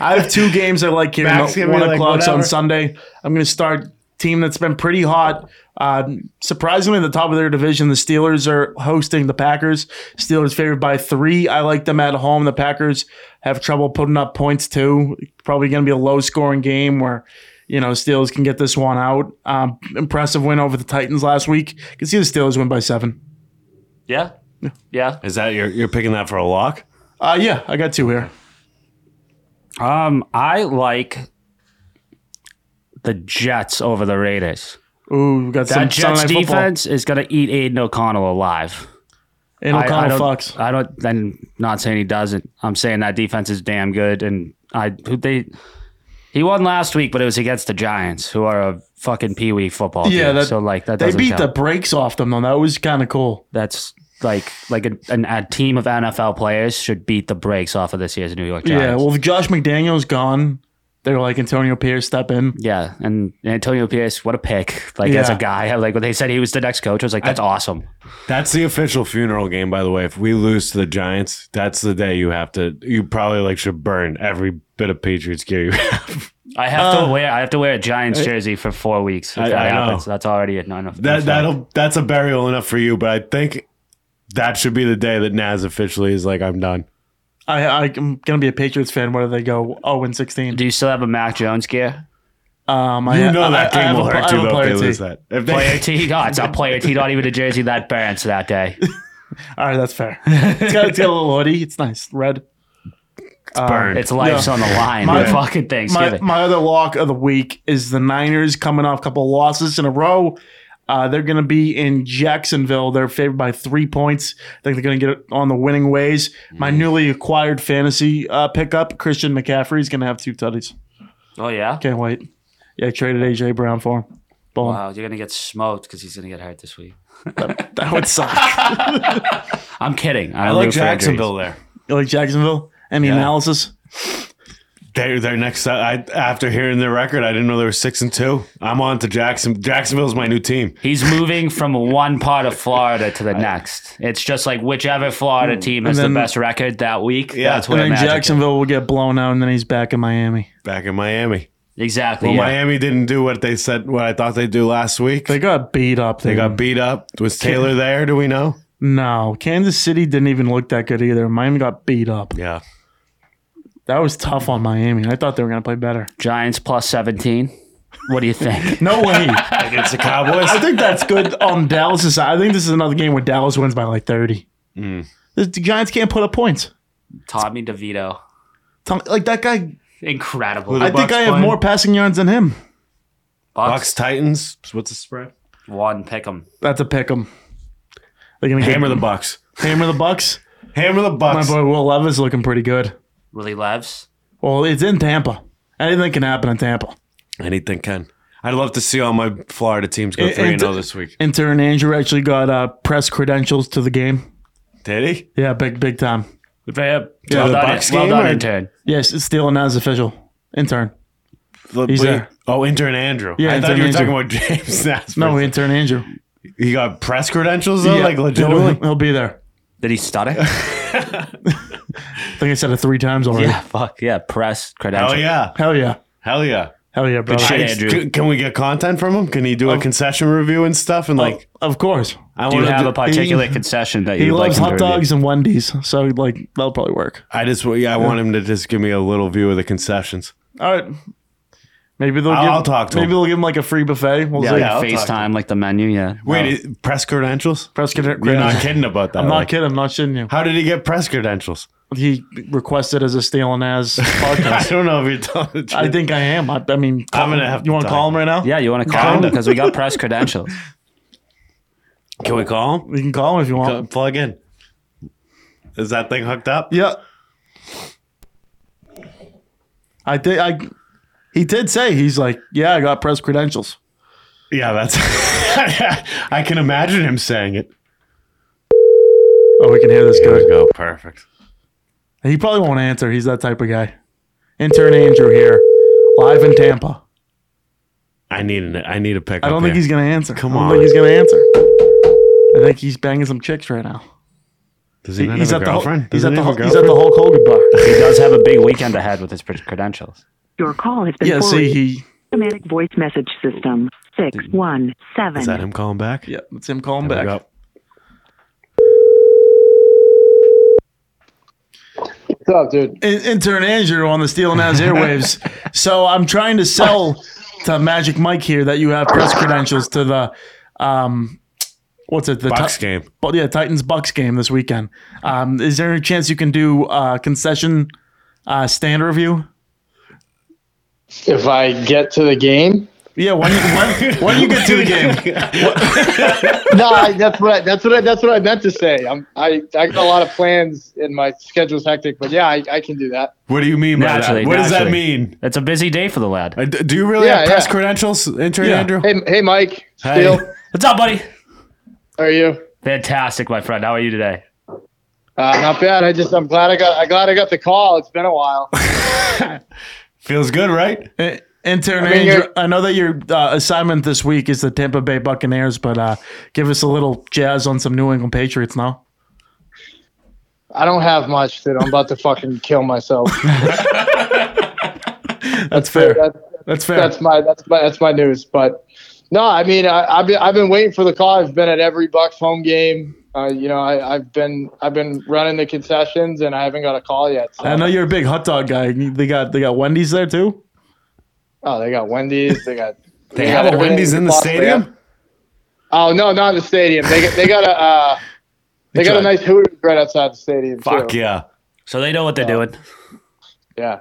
Speaker 1: I have two games I like here.
Speaker 3: Max, give me,
Speaker 1: one
Speaker 3: like,
Speaker 1: o'clock on
Speaker 3: whatever.
Speaker 1: Sunday. I'm gonna start team that's been pretty hot. Uh, surprisingly, the top of their division, the Steelers are hosting the Packers. Steelers favored by three. I like them at home. The Packers have trouble putting up points too. Probably going to be a low scoring game where you know Steelers can get this one out. Um, impressive win over the Titans last week. You can see the Steelers win by seven.
Speaker 2: yeah. Yeah.
Speaker 3: Is that you're you're picking that for a lock?
Speaker 1: Uh, yeah, I got two here.
Speaker 2: Um, I like the Jets over the Raiders.
Speaker 1: Ooh, we got
Speaker 2: That
Speaker 1: some
Speaker 2: Jets
Speaker 1: Sunday night football.
Speaker 2: defense is going to eat Aiden O'Connell alive.
Speaker 1: And
Speaker 2: I- I,
Speaker 1: O'Connell
Speaker 2: don't,
Speaker 1: fucks.
Speaker 2: I don't. I'm not saying he doesn't. I'm saying that defense is damn good, and I who they. He won last week, but it was against the Giants, who are a fucking pee wee football
Speaker 1: Yeah,
Speaker 2: team.
Speaker 1: that-
Speaker 2: so like that
Speaker 1: They
Speaker 2: doesn't
Speaker 1: beat
Speaker 2: count.
Speaker 1: the brakes off them though. That was kind of cool.
Speaker 2: That's like like a, an, a team of NFL players should beat the brakes off of this year's New York Giants.
Speaker 1: Yeah, well, if Josh McDaniel's gone. They're like Antonio Pierce step in.
Speaker 2: Yeah, and Antonio Pierce, what a pick! Like as a
Speaker 1: Yeah.
Speaker 2: guy, I- like when they said he was the next coach, I was like, that's awesome.
Speaker 3: That's the official funeral game, by the way. If we lose to the Giants, that's the day you have to. You probably like should burn every bit of Patriots gear you have.
Speaker 2: I have to wear I have to wear a Giants jersey for four weeks. If
Speaker 3: Uh, I-
Speaker 2: that
Speaker 3: I know.
Speaker 2: happens, that's already enough.
Speaker 3: That that'll that's a burial enough for you. But I think that should be the day that Nas officially is like, I'm done.
Speaker 1: I, I, I'm gonna be a Patriots fan whether they go 0 and 16.
Speaker 2: Do you still have a Mac Jones gear?
Speaker 1: Um,
Speaker 3: You
Speaker 1: I,
Speaker 3: know
Speaker 1: I-
Speaker 3: that
Speaker 1: I, I
Speaker 3: game
Speaker 1: have
Speaker 3: will
Speaker 1: a-
Speaker 3: hurt
Speaker 1: I
Speaker 3: you
Speaker 1: have a
Speaker 3: though if
Speaker 1: player
Speaker 3: they lose
Speaker 1: tee.
Speaker 3: that. If they,
Speaker 2: Player T. Oh, it's not player T. Not even a jersey that burns that day.
Speaker 1: All right, that's fair. It's got, it's got a little hoodie. It's nice, red. uh,
Speaker 3: burned.
Speaker 2: It's life's on the line.
Speaker 1: My-
Speaker 2: My fucking
Speaker 1: My,
Speaker 2: Thanksgiving.
Speaker 1: my other lock of the week is the Niners coming off a couple losses in a row. Uh, they're going to be in Jacksonville. They're favored by three points. I think they're going to get it on the winning ways. My
Speaker 3: Mm.
Speaker 1: newly acquired fantasy uh, pickup, Christian McCaffrey, is going to have two tutties.
Speaker 2: oh yeah.
Speaker 1: Can't wait. Yeah, I traded AJ Brown for him.
Speaker 4: Boom.
Speaker 2: Wow, you're gonna get smoked because he's gonna get hurt this week.
Speaker 4: That would suck.
Speaker 2: I'm kidding. I,
Speaker 3: I
Speaker 2: don't
Speaker 3: like
Speaker 2: root for
Speaker 3: Jacksonville there.
Speaker 1: You like Jacksonville? Any analysis?
Speaker 3: They're, they're next. uh, I, after hearing their record, I didn't know they were six and two. I'm on to Jackson. Jacksonville's my new team.
Speaker 2: injuries. He's moving from one part of Florida to the next. It's just like whichever Florida team has
Speaker 1: then-
Speaker 2: the best record that week.
Speaker 3: Yeah.
Speaker 2: that's
Speaker 1: And
Speaker 2: where
Speaker 1: then
Speaker 2: Magic is.
Speaker 1: Jacksonville will get blown out, and then he's back in Miami.
Speaker 3: Back in Miami.
Speaker 2: Exactly.
Speaker 3: Well,
Speaker 2: yeah.
Speaker 3: Miami didn't do what they said. What I thought they'd do last week.
Speaker 1: They got beat up.
Speaker 3: They got beat up. Was Taylor there? Do we know?
Speaker 1: no. Kansas City didn't even look that good either. Miami got beat up.
Speaker 3: Yeah.
Speaker 1: That was tough on Miami. I thought they were going to play better.
Speaker 2: Giants plus 17. What do you think?
Speaker 1: No way.
Speaker 3: Against the Cowboys.
Speaker 1: I think that's good on Dallas' side. I think this is another game where Dallas wins by like 30.
Speaker 3: Mm.
Speaker 1: The, the Giants can't put up points.
Speaker 2: Tommy DeVito.
Speaker 1: Tom- Like that guy,
Speaker 2: Incredible.
Speaker 3: The
Speaker 1: I think
Speaker 3: Bucks
Speaker 1: I have
Speaker 3: playing.
Speaker 1: more passing yards than him.
Speaker 2: Bucks,
Speaker 3: Bucks Titans. What's the spread?
Speaker 2: one, pick 'em.
Speaker 1: That's a pick 'em. They're gonna
Speaker 3: Hammer
Speaker 1: get,
Speaker 3: the Bucks.
Speaker 1: hammer the Bucks.
Speaker 3: Hammer the
Speaker 1: My
Speaker 3: Bucks.
Speaker 1: boy Will Levis looking pretty good.
Speaker 2: Willie Levs.
Speaker 1: Well, it's in Tampa. Anything can happen in Tampa.
Speaker 3: Anything can. I'd love to see all my Florida teams go
Speaker 1: And-
Speaker 3: three and
Speaker 1: and-
Speaker 3: zero this week.
Speaker 1: Intern Andrew actually got uh, press credentials to the game.
Speaker 3: Did he?
Speaker 1: Yeah, big big time.
Speaker 2: Well
Speaker 3: the
Speaker 2: done,
Speaker 3: Bucks
Speaker 2: well
Speaker 3: game
Speaker 2: done
Speaker 3: or-
Speaker 2: intern.
Speaker 1: Yes, it's still announced official. Intern. He's there.
Speaker 3: Oh, intern Andrew.
Speaker 1: Yeah,
Speaker 3: I thought
Speaker 1: intern
Speaker 3: you were
Speaker 1: Andrew.
Speaker 3: talking about James Naspers.
Speaker 1: No, intern Andrew.
Speaker 3: he got press credentials though,
Speaker 1: Yeah,
Speaker 3: like
Speaker 1: He'll,
Speaker 3: legitimately.
Speaker 1: he'll be there.
Speaker 2: Did he stutter?
Speaker 1: I think I said it three times already.
Speaker 2: yeah, fuck. Yeah, press credential.
Speaker 3: Hell Oh, yeah!
Speaker 1: Hell yeah.
Speaker 3: Hell yeah!
Speaker 1: Hell yeah, brother.
Speaker 2: shit. Hey,
Speaker 3: Hey,
Speaker 2: Andrew.
Speaker 3: c- can we get content from him? Can he do a concession review and stuff?
Speaker 1: Oh.
Speaker 3: And like,
Speaker 1: Of course.
Speaker 3: I
Speaker 2: Do you
Speaker 3: wanna
Speaker 2: have
Speaker 3: do-
Speaker 2: a particular concession that
Speaker 1: He
Speaker 2: you like
Speaker 1: loves
Speaker 2: him to
Speaker 1: hot
Speaker 2: review?
Speaker 1: dogs and Wendy's, so like that'll probably work.
Speaker 3: I just, yeah, I want him to just give me a little view of the concessions.
Speaker 1: All right. Maybe they'll
Speaker 3: I'll-
Speaker 1: give,
Speaker 3: I'll talk to
Speaker 1: Maybe
Speaker 3: him.
Speaker 1: they'll give him like a free buffet. We'll
Speaker 2: Yeah,
Speaker 1: see.
Speaker 2: like
Speaker 3: Yeah, I'll talk to
Speaker 2: FaceTime, like the menu. Yeah. Uh,
Speaker 3: Wait, i- press credentials?
Speaker 1: Press credit-
Speaker 3: You're not
Speaker 1: credit-
Speaker 3: kidding about that.
Speaker 1: I'm not
Speaker 3: like,
Speaker 1: kidding. I'm not shitting you.
Speaker 3: How did he get press credentials?
Speaker 1: He requested as a stealing as
Speaker 3: I
Speaker 1: podcast.
Speaker 3: don't know if you're telling the
Speaker 1: I
Speaker 3: truth.
Speaker 1: think I am. I, I mean, call
Speaker 3: I'm gonna
Speaker 1: him.
Speaker 3: have
Speaker 1: you
Speaker 3: to
Speaker 1: want to
Speaker 3: talk.
Speaker 1: call him right now?
Speaker 2: Yeah, you want to call him because we got press credentials.
Speaker 3: Can we call him?
Speaker 1: we can call him if you want.
Speaker 3: Go- Plug in. Is that thing hooked up?
Speaker 1: Yeah. I think I. He did say he's like, yeah, I got press credentials.
Speaker 3: Yeah, that's. I can imagine him saying it.
Speaker 1: Oh, we can hear this good.
Speaker 3: go. Perfect.
Speaker 1: He probably won't answer. He's that type of guy. Intern Andrew here, live in Tampa.
Speaker 3: I need an. I need a pick.
Speaker 1: I don't think he's gonna answer. Come I
Speaker 3: on.
Speaker 1: don't think he's gonna answer. I think he's banging some chicks right now.
Speaker 3: Does he not
Speaker 1: he's
Speaker 3: have a
Speaker 1: at the Hulk-
Speaker 3: girlfriend?
Speaker 1: he's
Speaker 3: Doesn't
Speaker 1: at the
Speaker 3: he have
Speaker 1: Hulk-
Speaker 3: a
Speaker 1: he's at the Hulk Hogan bar.
Speaker 2: He does have a big weekend ahead with his pr- credentials.
Speaker 5: Your call has been
Speaker 1: yeah, see,
Speaker 5: forwarded to
Speaker 1: he.
Speaker 5: automatic voice message system six one
Speaker 3: Is that
Speaker 5: seven.
Speaker 3: him calling back?
Speaker 1: Yeah, it's him calling
Speaker 3: There we
Speaker 1: back.
Speaker 3: go.
Speaker 6: What's up, dude?
Speaker 1: In- intern Andrew on the Steel and As airwaves. So I'm trying to sell to Magic Mike here that you have press credentials to the, um, what's it? The
Speaker 3: Bucks
Speaker 1: Ti-
Speaker 3: game.
Speaker 1: Bu- yeah, Titans Bucks game this weekend. Um, is there any chance you can do uh, concession uh, stand review?
Speaker 6: If I get to the game,
Speaker 1: Yeah, when you, when, when you get to the game.
Speaker 6: no, I, that's what I, that's what I, that's what I meant to say. I'm, I I got a lot of plans and my schedule's hectic, but yeah, I, I can do that.
Speaker 3: What do you mean by
Speaker 2: Naturally,
Speaker 3: that? What does that
Speaker 2: naturally.
Speaker 3: mean?
Speaker 2: It's a busy day for the lad.
Speaker 3: Uh, d- Do you really
Speaker 6: Yeah,
Speaker 3: have press
Speaker 6: yeah.
Speaker 3: credentials, intern
Speaker 1: Yeah.
Speaker 3: Andrew?
Speaker 6: Hey, hey, Mike,
Speaker 3: Hey.
Speaker 6: Steele,
Speaker 2: What's up, buddy?
Speaker 6: how are you?
Speaker 2: Fantastic, my friend. How are you today?
Speaker 6: Uh, not bad. I just I'm glad I got I glad I got the call. It's been a while.
Speaker 3: Feels good, right?
Speaker 1: I- Intern
Speaker 6: I mean,
Speaker 1: Andrew,
Speaker 6: you're-
Speaker 1: I know that your uh, assignment this week is the Tampa Bay Buccaneers, but uh, give us a little jazz on some New England Patriots now.
Speaker 6: I don't have much, dude. I'm about to fucking kill myself.
Speaker 1: That's fair.
Speaker 6: That,
Speaker 1: That's fair.
Speaker 6: that's my that's my that's my news. But no, I mean I, I've been I've been waiting for the call. I've been at every Bucks home game. Uh, you know I, I've been I've been running the concessions and I haven't got a call yet. So.
Speaker 1: I know you're a big hot dog guy. They got they got Wendy's there too.
Speaker 6: Oh, they got Wendy's. They got.
Speaker 3: They have a
Speaker 6: got everything
Speaker 3: Wendy's in the
Speaker 6: you possibly
Speaker 3: stadium?
Speaker 6: have. Oh no, not in the stadium. They got, they got a uh, they got a
Speaker 3: tried.
Speaker 6: nice Hooters right outside the stadium.
Speaker 3: Fuck
Speaker 6: too.
Speaker 3: yeah.
Speaker 2: So they know what they're doing.
Speaker 6: Yeah.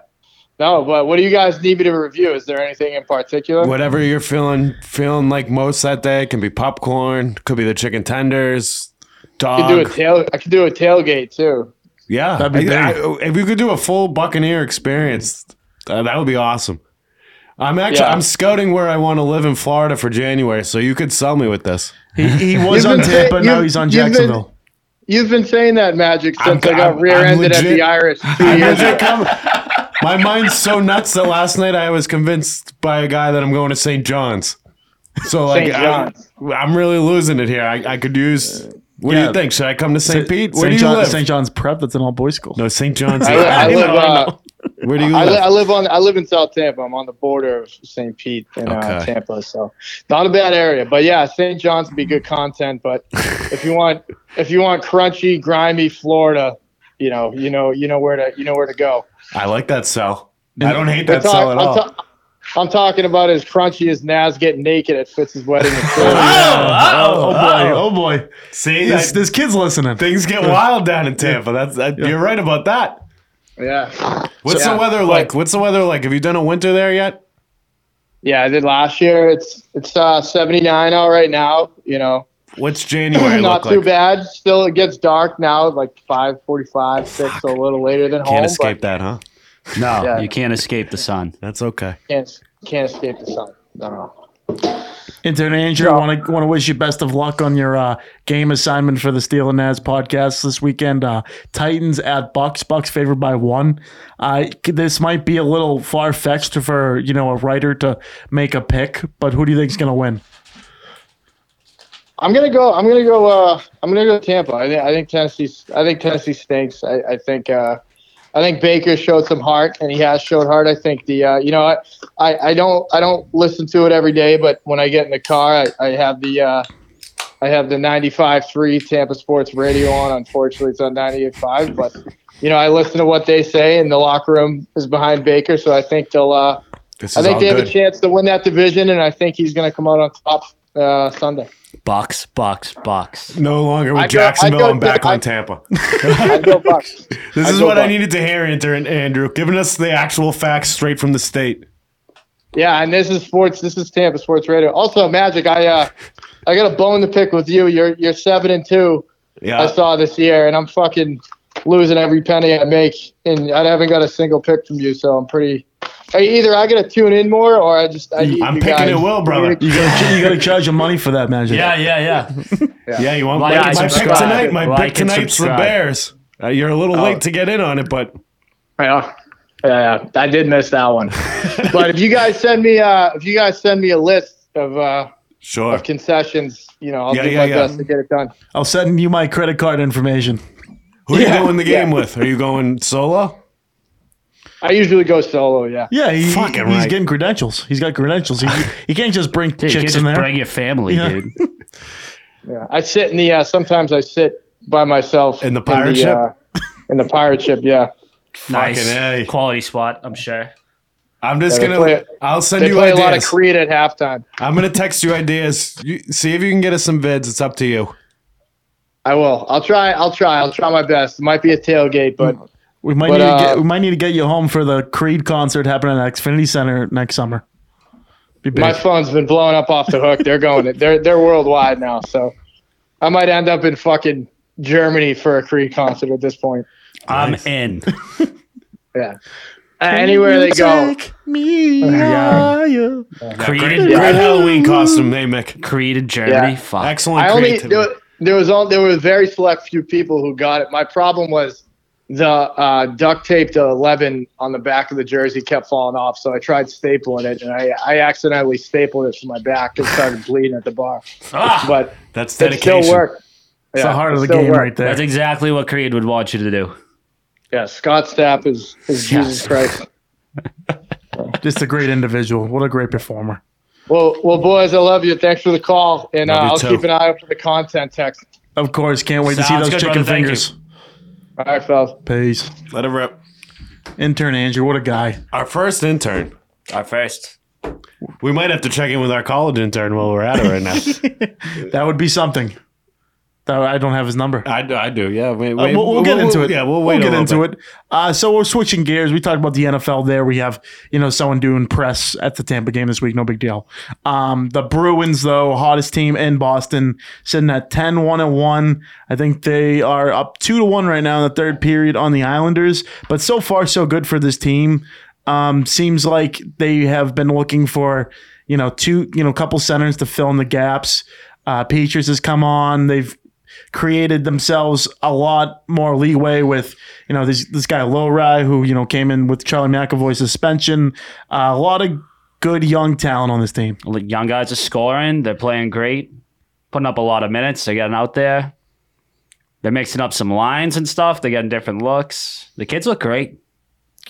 Speaker 6: No, but what do you guys need me to review? Is there anything in particular?
Speaker 3: Whatever you're feeling, feeling like most that day can be popcorn, could be the chicken tenders,
Speaker 6: I could do a
Speaker 3: dog.
Speaker 6: tail. I could do a tailgate too.
Speaker 3: Yeah,
Speaker 1: That'd be
Speaker 3: I-
Speaker 1: big.
Speaker 3: I- if you could do a full Buccaneer experience, uh, that would be awesome. I'm actually
Speaker 6: Yeah.
Speaker 3: I'm scouting where I want to live in Florida for January, so you could sell me with this.
Speaker 1: He, he was
Speaker 6: You've
Speaker 1: on
Speaker 6: been saying-
Speaker 1: Tampa, now
Speaker 6: you've-
Speaker 1: he's on
Speaker 6: you've been-
Speaker 1: Jacksonville.
Speaker 6: You've been saying that magic since
Speaker 3: I'm-
Speaker 6: I got
Speaker 3: I'm- I'm
Speaker 6: rear-ended at the
Speaker 3: legit-
Speaker 6: Irish two years ago.
Speaker 3: My mind's so nuts that last night I was convinced by a guy that I'm going to St. John's. So like
Speaker 6: St.
Speaker 3: I,
Speaker 6: John's.
Speaker 3: I'm really losing it here. I, I could use. What do
Speaker 1: yeah.
Speaker 3: you think? Should I come to St. Pete? Where
Speaker 1: St.
Speaker 3: do you
Speaker 1: John-
Speaker 3: live?
Speaker 1: St. John's Prep, that's an all boys school.
Speaker 3: no, St. John's.
Speaker 6: I, li- I live. Uh,
Speaker 3: Where do you
Speaker 6: I,
Speaker 3: live?
Speaker 6: li- I live on. I live in South Tampa. I'm on the border of St. Pete and uh,
Speaker 3: Okay.
Speaker 6: Tampa, so not a bad area. But yeah, St. John's would be good content. But if you want, if you want crunchy, grimy Florida, you know, you know, you know where to, you know where to go.
Speaker 3: I like that cell. I don't hate that
Speaker 6: We're talk-
Speaker 3: cell at
Speaker 6: I'm
Speaker 3: all.
Speaker 6: ta- I'm talking about as crunchy as Nas getting naked at Fitz's wedding. in Florida.
Speaker 1: oh, boy. Oh, boy.
Speaker 3: See,
Speaker 1: This,
Speaker 3: I-
Speaker 1: this kid's listening.
Speaker 3: things get wild down in Tampa. That's that, you're right about that.
Speaker 6: yeah,
Speaker 3: What's
Speaker 6: So-
Speaker 3: the weather like? What's the weather like? Have you done a winter there yet?
Speaker 6: yeah. I did last year. It's it's uh, 79 out right now. You know,
Speaker 3: What's January
Speaker 6: not
Speaker 3: look
Speaker 6: too
Speaker 3: like?
Speaker 6: bad. Still, it gets dark now, like 5:45, six, so a little later than home.
Speaker 3: Can't
Speaker 6: but
Speaker 3: escape that, huh?
Speaker 2: No,
Speaker 6: Yeah.
Speaker 2: you can't escape the sun.
Speaker 3: That's okay.
Speaker 6: Can't can't escape the sun. No.
Speaker 1: Intern Andrew, want to want to wish you best of luck on your uh, game assignment for the Steel and Naz podcast this weekend. Uh, Titans at Bucks, Bucks favored by one. Uh, this might be a little far fetched for you know a writer to make a pick, but who do you think's going to win?
Speaker 6: I'm gonna go. I'm gonna go. Uh, I'm gonna go Tampa. I think. I think Tennessee. I think Tennessee stinks. I, I think. Uh, I think Baker showed some heart, and he has showed heart. I think the. Uh, you know, I, I. I don't. I don't listen to it every day, but when I get in the car, I, I have the. Uh, I have the 95.3 Tampa Sports Radio on. Unfortunately, it's on 98.5, but you know, I listen to what they say, and the locker room is behind Baker, so I think they'll. Uh,
Speaker 3: This is
Speaker 6: I think
Speaker 3: all
Speaker 6: they have
Speaker 3: good.
Speaker 6: a chance to win that division, and I think he's going to come out on top uh, Sunday.
Speaker 2: Box, box, box.
Speaker 3: No longer with
Speaker 6: I go-
Speaker 3: Jacksonville.
Speaker 6: I go-
Speaker 3: I'm back
Speaker 6: I-
Speaker 3: on Tampa.
Speaker 6: I go Bucks.
Speaker 3: This
Speaker 6: I
Speaker 3: is
Speaker 6: go
Speaker 3: what I
Speaker 6: Bucks.
Speaker 3: needed to hear, intern Andrew, giving us the actual facts straight from the state.
Speaker 6: Yeah, and this is sports. This is Tampa Sports Radio. Also, Magic, I uh, I got a bone to pick with you. You're you're seven and two.
Speaker 3: Yeah,
Speaker 6: I saw this year, and I'm fucking losing every penny I make, and I haven't got a single pick from you. So I'm pretty. I- Either I gotta tune in more, or I just I need
Speaker 3: I'm
Speaker 6: you
Speaker 3: picking
Speaker 6: guys.
Speaker 3: it, Will, brother.
Speaker 1: You got to you got to charge him money for that, Magic.
Speaker 2: yeah, yeah.
Speaker 3: Yeah, you want
Speaker 2: Like
Speaker 3: my-
Speaker 2: and
Speaker 3: my, pick
Speaker 2: subscribe.
Speaker 3: tonight? My
Speaker 2: Like
Speaker 3: pick
Speaker 2: and
Speaker 3: tonight's the
Speaker 2: subscribe.
Speaker 3: Bears. Uh, you're a little
Speaker 6: Oh.
Speaker 3: late to get in on it, but
Speaker 6: Yeah, yeah, yeah. I did miss that one. but if you guys send me uh, if you guys send me a list of uh,
Speaker 3: sure.
Speaker 6: concessions, you know, I'll
Speaker 3: Yeah,
Speaker 6: do
Speaker 3: yeah,
Speaker 6: my
Speaker 3: yeah.
Speaker 6: best to get it done.
Speaker 1: I'll send you my credit card information.
Speaker 3: Who are you going the game with? Are you going solo?
Speaker 6: I usually go solo. Yeah.
Speaker 1: Yeah, he,
Speaker 3: Fucking
Speaker 1: he's
Speaker 3: right.
Speaker 1: getting credentials. He's got credentials. He, he can't just bring
Speaker 2: Dude, you
Speaker 1: chicks in
Speaker 2: can't just
Speaker 1: there.
Speaker 2: bring your family,
Speaker 1: Yeah.
Speaker 2: dude.
Speaker 6: Yeah, I sit in the. Uh, sometimes I sit by myself
Speaker 3: In the pirate ship?
Speaker 6: uh, in the pirate ship, yeah.
Speaker 2: Nice
Speaker 3: A.
Speaker 2: quality spot, I'm sure.
Speaker 3: I'm just
Speaker 6: Yeah, they
Speaker 3: gonna.
Speaker 6: play-
Speaker 3: I'll send
Speaker 6: They
Speaker 3: you
Speaker 6: play
Speaker 3: ideas.
Speaker 6: a lot of Creed at halftime.
Speaker 3: I'm gonna text you ideas. You, see if you can get us some vids. It's up to you.
Speaker 6: I will. I'll try. I'll try. I'll try my best. It might be a tailgate, but
Speaker 3: Mm,
Speaker 1: We might
Speaker 6: But,
Speaker 1: need to
Speaker 6: uh,
Speaker 1: get we might need to get you home for the Creed concert happening at Xfinity Center next summer. Be big.
Speaker 6: my phone's been blowing up off the hook. They're going. They're they're worldwide now, so I might end up in fucking Germany for a Creed concert at this point.
Speaker 2: I'm in.
Speaker 6: Yeah. Uh, Anywhere they go.
Speaker 1: me higher.
Speaker 2: Creed,
Speaker 3: Great Halloween costume, they make.
Speaker 2: Creed in Germany.
Speaker 6: Yeah.
Speaker 2: Fuck.
Speaker 3: Excellent
Speaker 6: I only
Speaker 3: creativity.
Speaker 6: there, there was all there were very select few people who got it. My problem was the uh, duct tape to eleven on the back of the jersey kept falling off, so I tried stapling it, and I, I accidentally stapled it from my back and started bleeding at the bar.
Speaker 2: Ah!
Speaker 6: But
Speaker 3: That's
Speaker 6: it
Speaker 3: dedication.
Speaker 6: still worked.
Speaker 1: It's
Speaker 6: Yeah,
Speaker 1: the heart
Speaker 6: it
Speaker 1: of the
Speaker 6: still
Speaker 1: game
Speaker 6: worked.
Speaker 1: right there.
Speaker 2: That's exactly what Creed would want you to do.
Speaker 6: Yeah, Scott Stapp is, is
Speaker 2: Yes.
Speaker 6: Jesus Christ.
Speaker 1: Just a great individual. What a great performer.
Speaker 6: Well, well, boys, I love you. Thanks for the call, and uh,
Speaker 3: Love you
Speaker 6: I'll
Speaker 3: too.
Speaker 6: keep an eye out for the content text.
Speaker 1: Of course, can't wait to see
Speaker 2: Sounds
Speaker 1: those
Speaker 2: good,
Speaker 1: chicken
Speaker 2: brother. Thank
Speaker 1: fingers.
Speaker 6: All right, fellas.
Speaker 1: Peace.
Speaker 3: Let it rip.
Speaker 1: Intern Andrew, what a guy.
Speaker 3: Our first intern.
Speaker 2: Our first.
Speaker 3: We might have to check in with our college intern while we're at it right now.
Speaker 1: That would be something. That I don't have his number.
Speaker 3: I, do- I do. Yeah. Wait,
Speaker 1: Uh,
Speaker 3: wait,
Speaker 1: we'll, we'll get into it.
Speaker 3: Yeah, we'll wait.
Speaker 1: get into it. Uh, so we're switching gears. We talked about the NFL. There, we have you know someone doing press at the Tampa game this week. No big deal. Um, the Bruins, though, hottest team in Boston, sitting at 10 1 and one. I think they are up two to one right now in the third period on the Islanders. But so far, so good for this team. Um, seems like they have been looking for, you know, two, you know, couple centers to fill in the gaps. Uh, Peaches has come on. They've created themselves a lot more leeway with, you know, this this guy Lowry who you know came in with Charlie McAvoy's suspension. Uh, a lot of good young talent on this team.
Speaker 2: Young guys are scoring. They're playing great, putting up a lot of minutes. They're getting out there. They're mixing up some lines and stuff. They're getting different looks. The kids look great.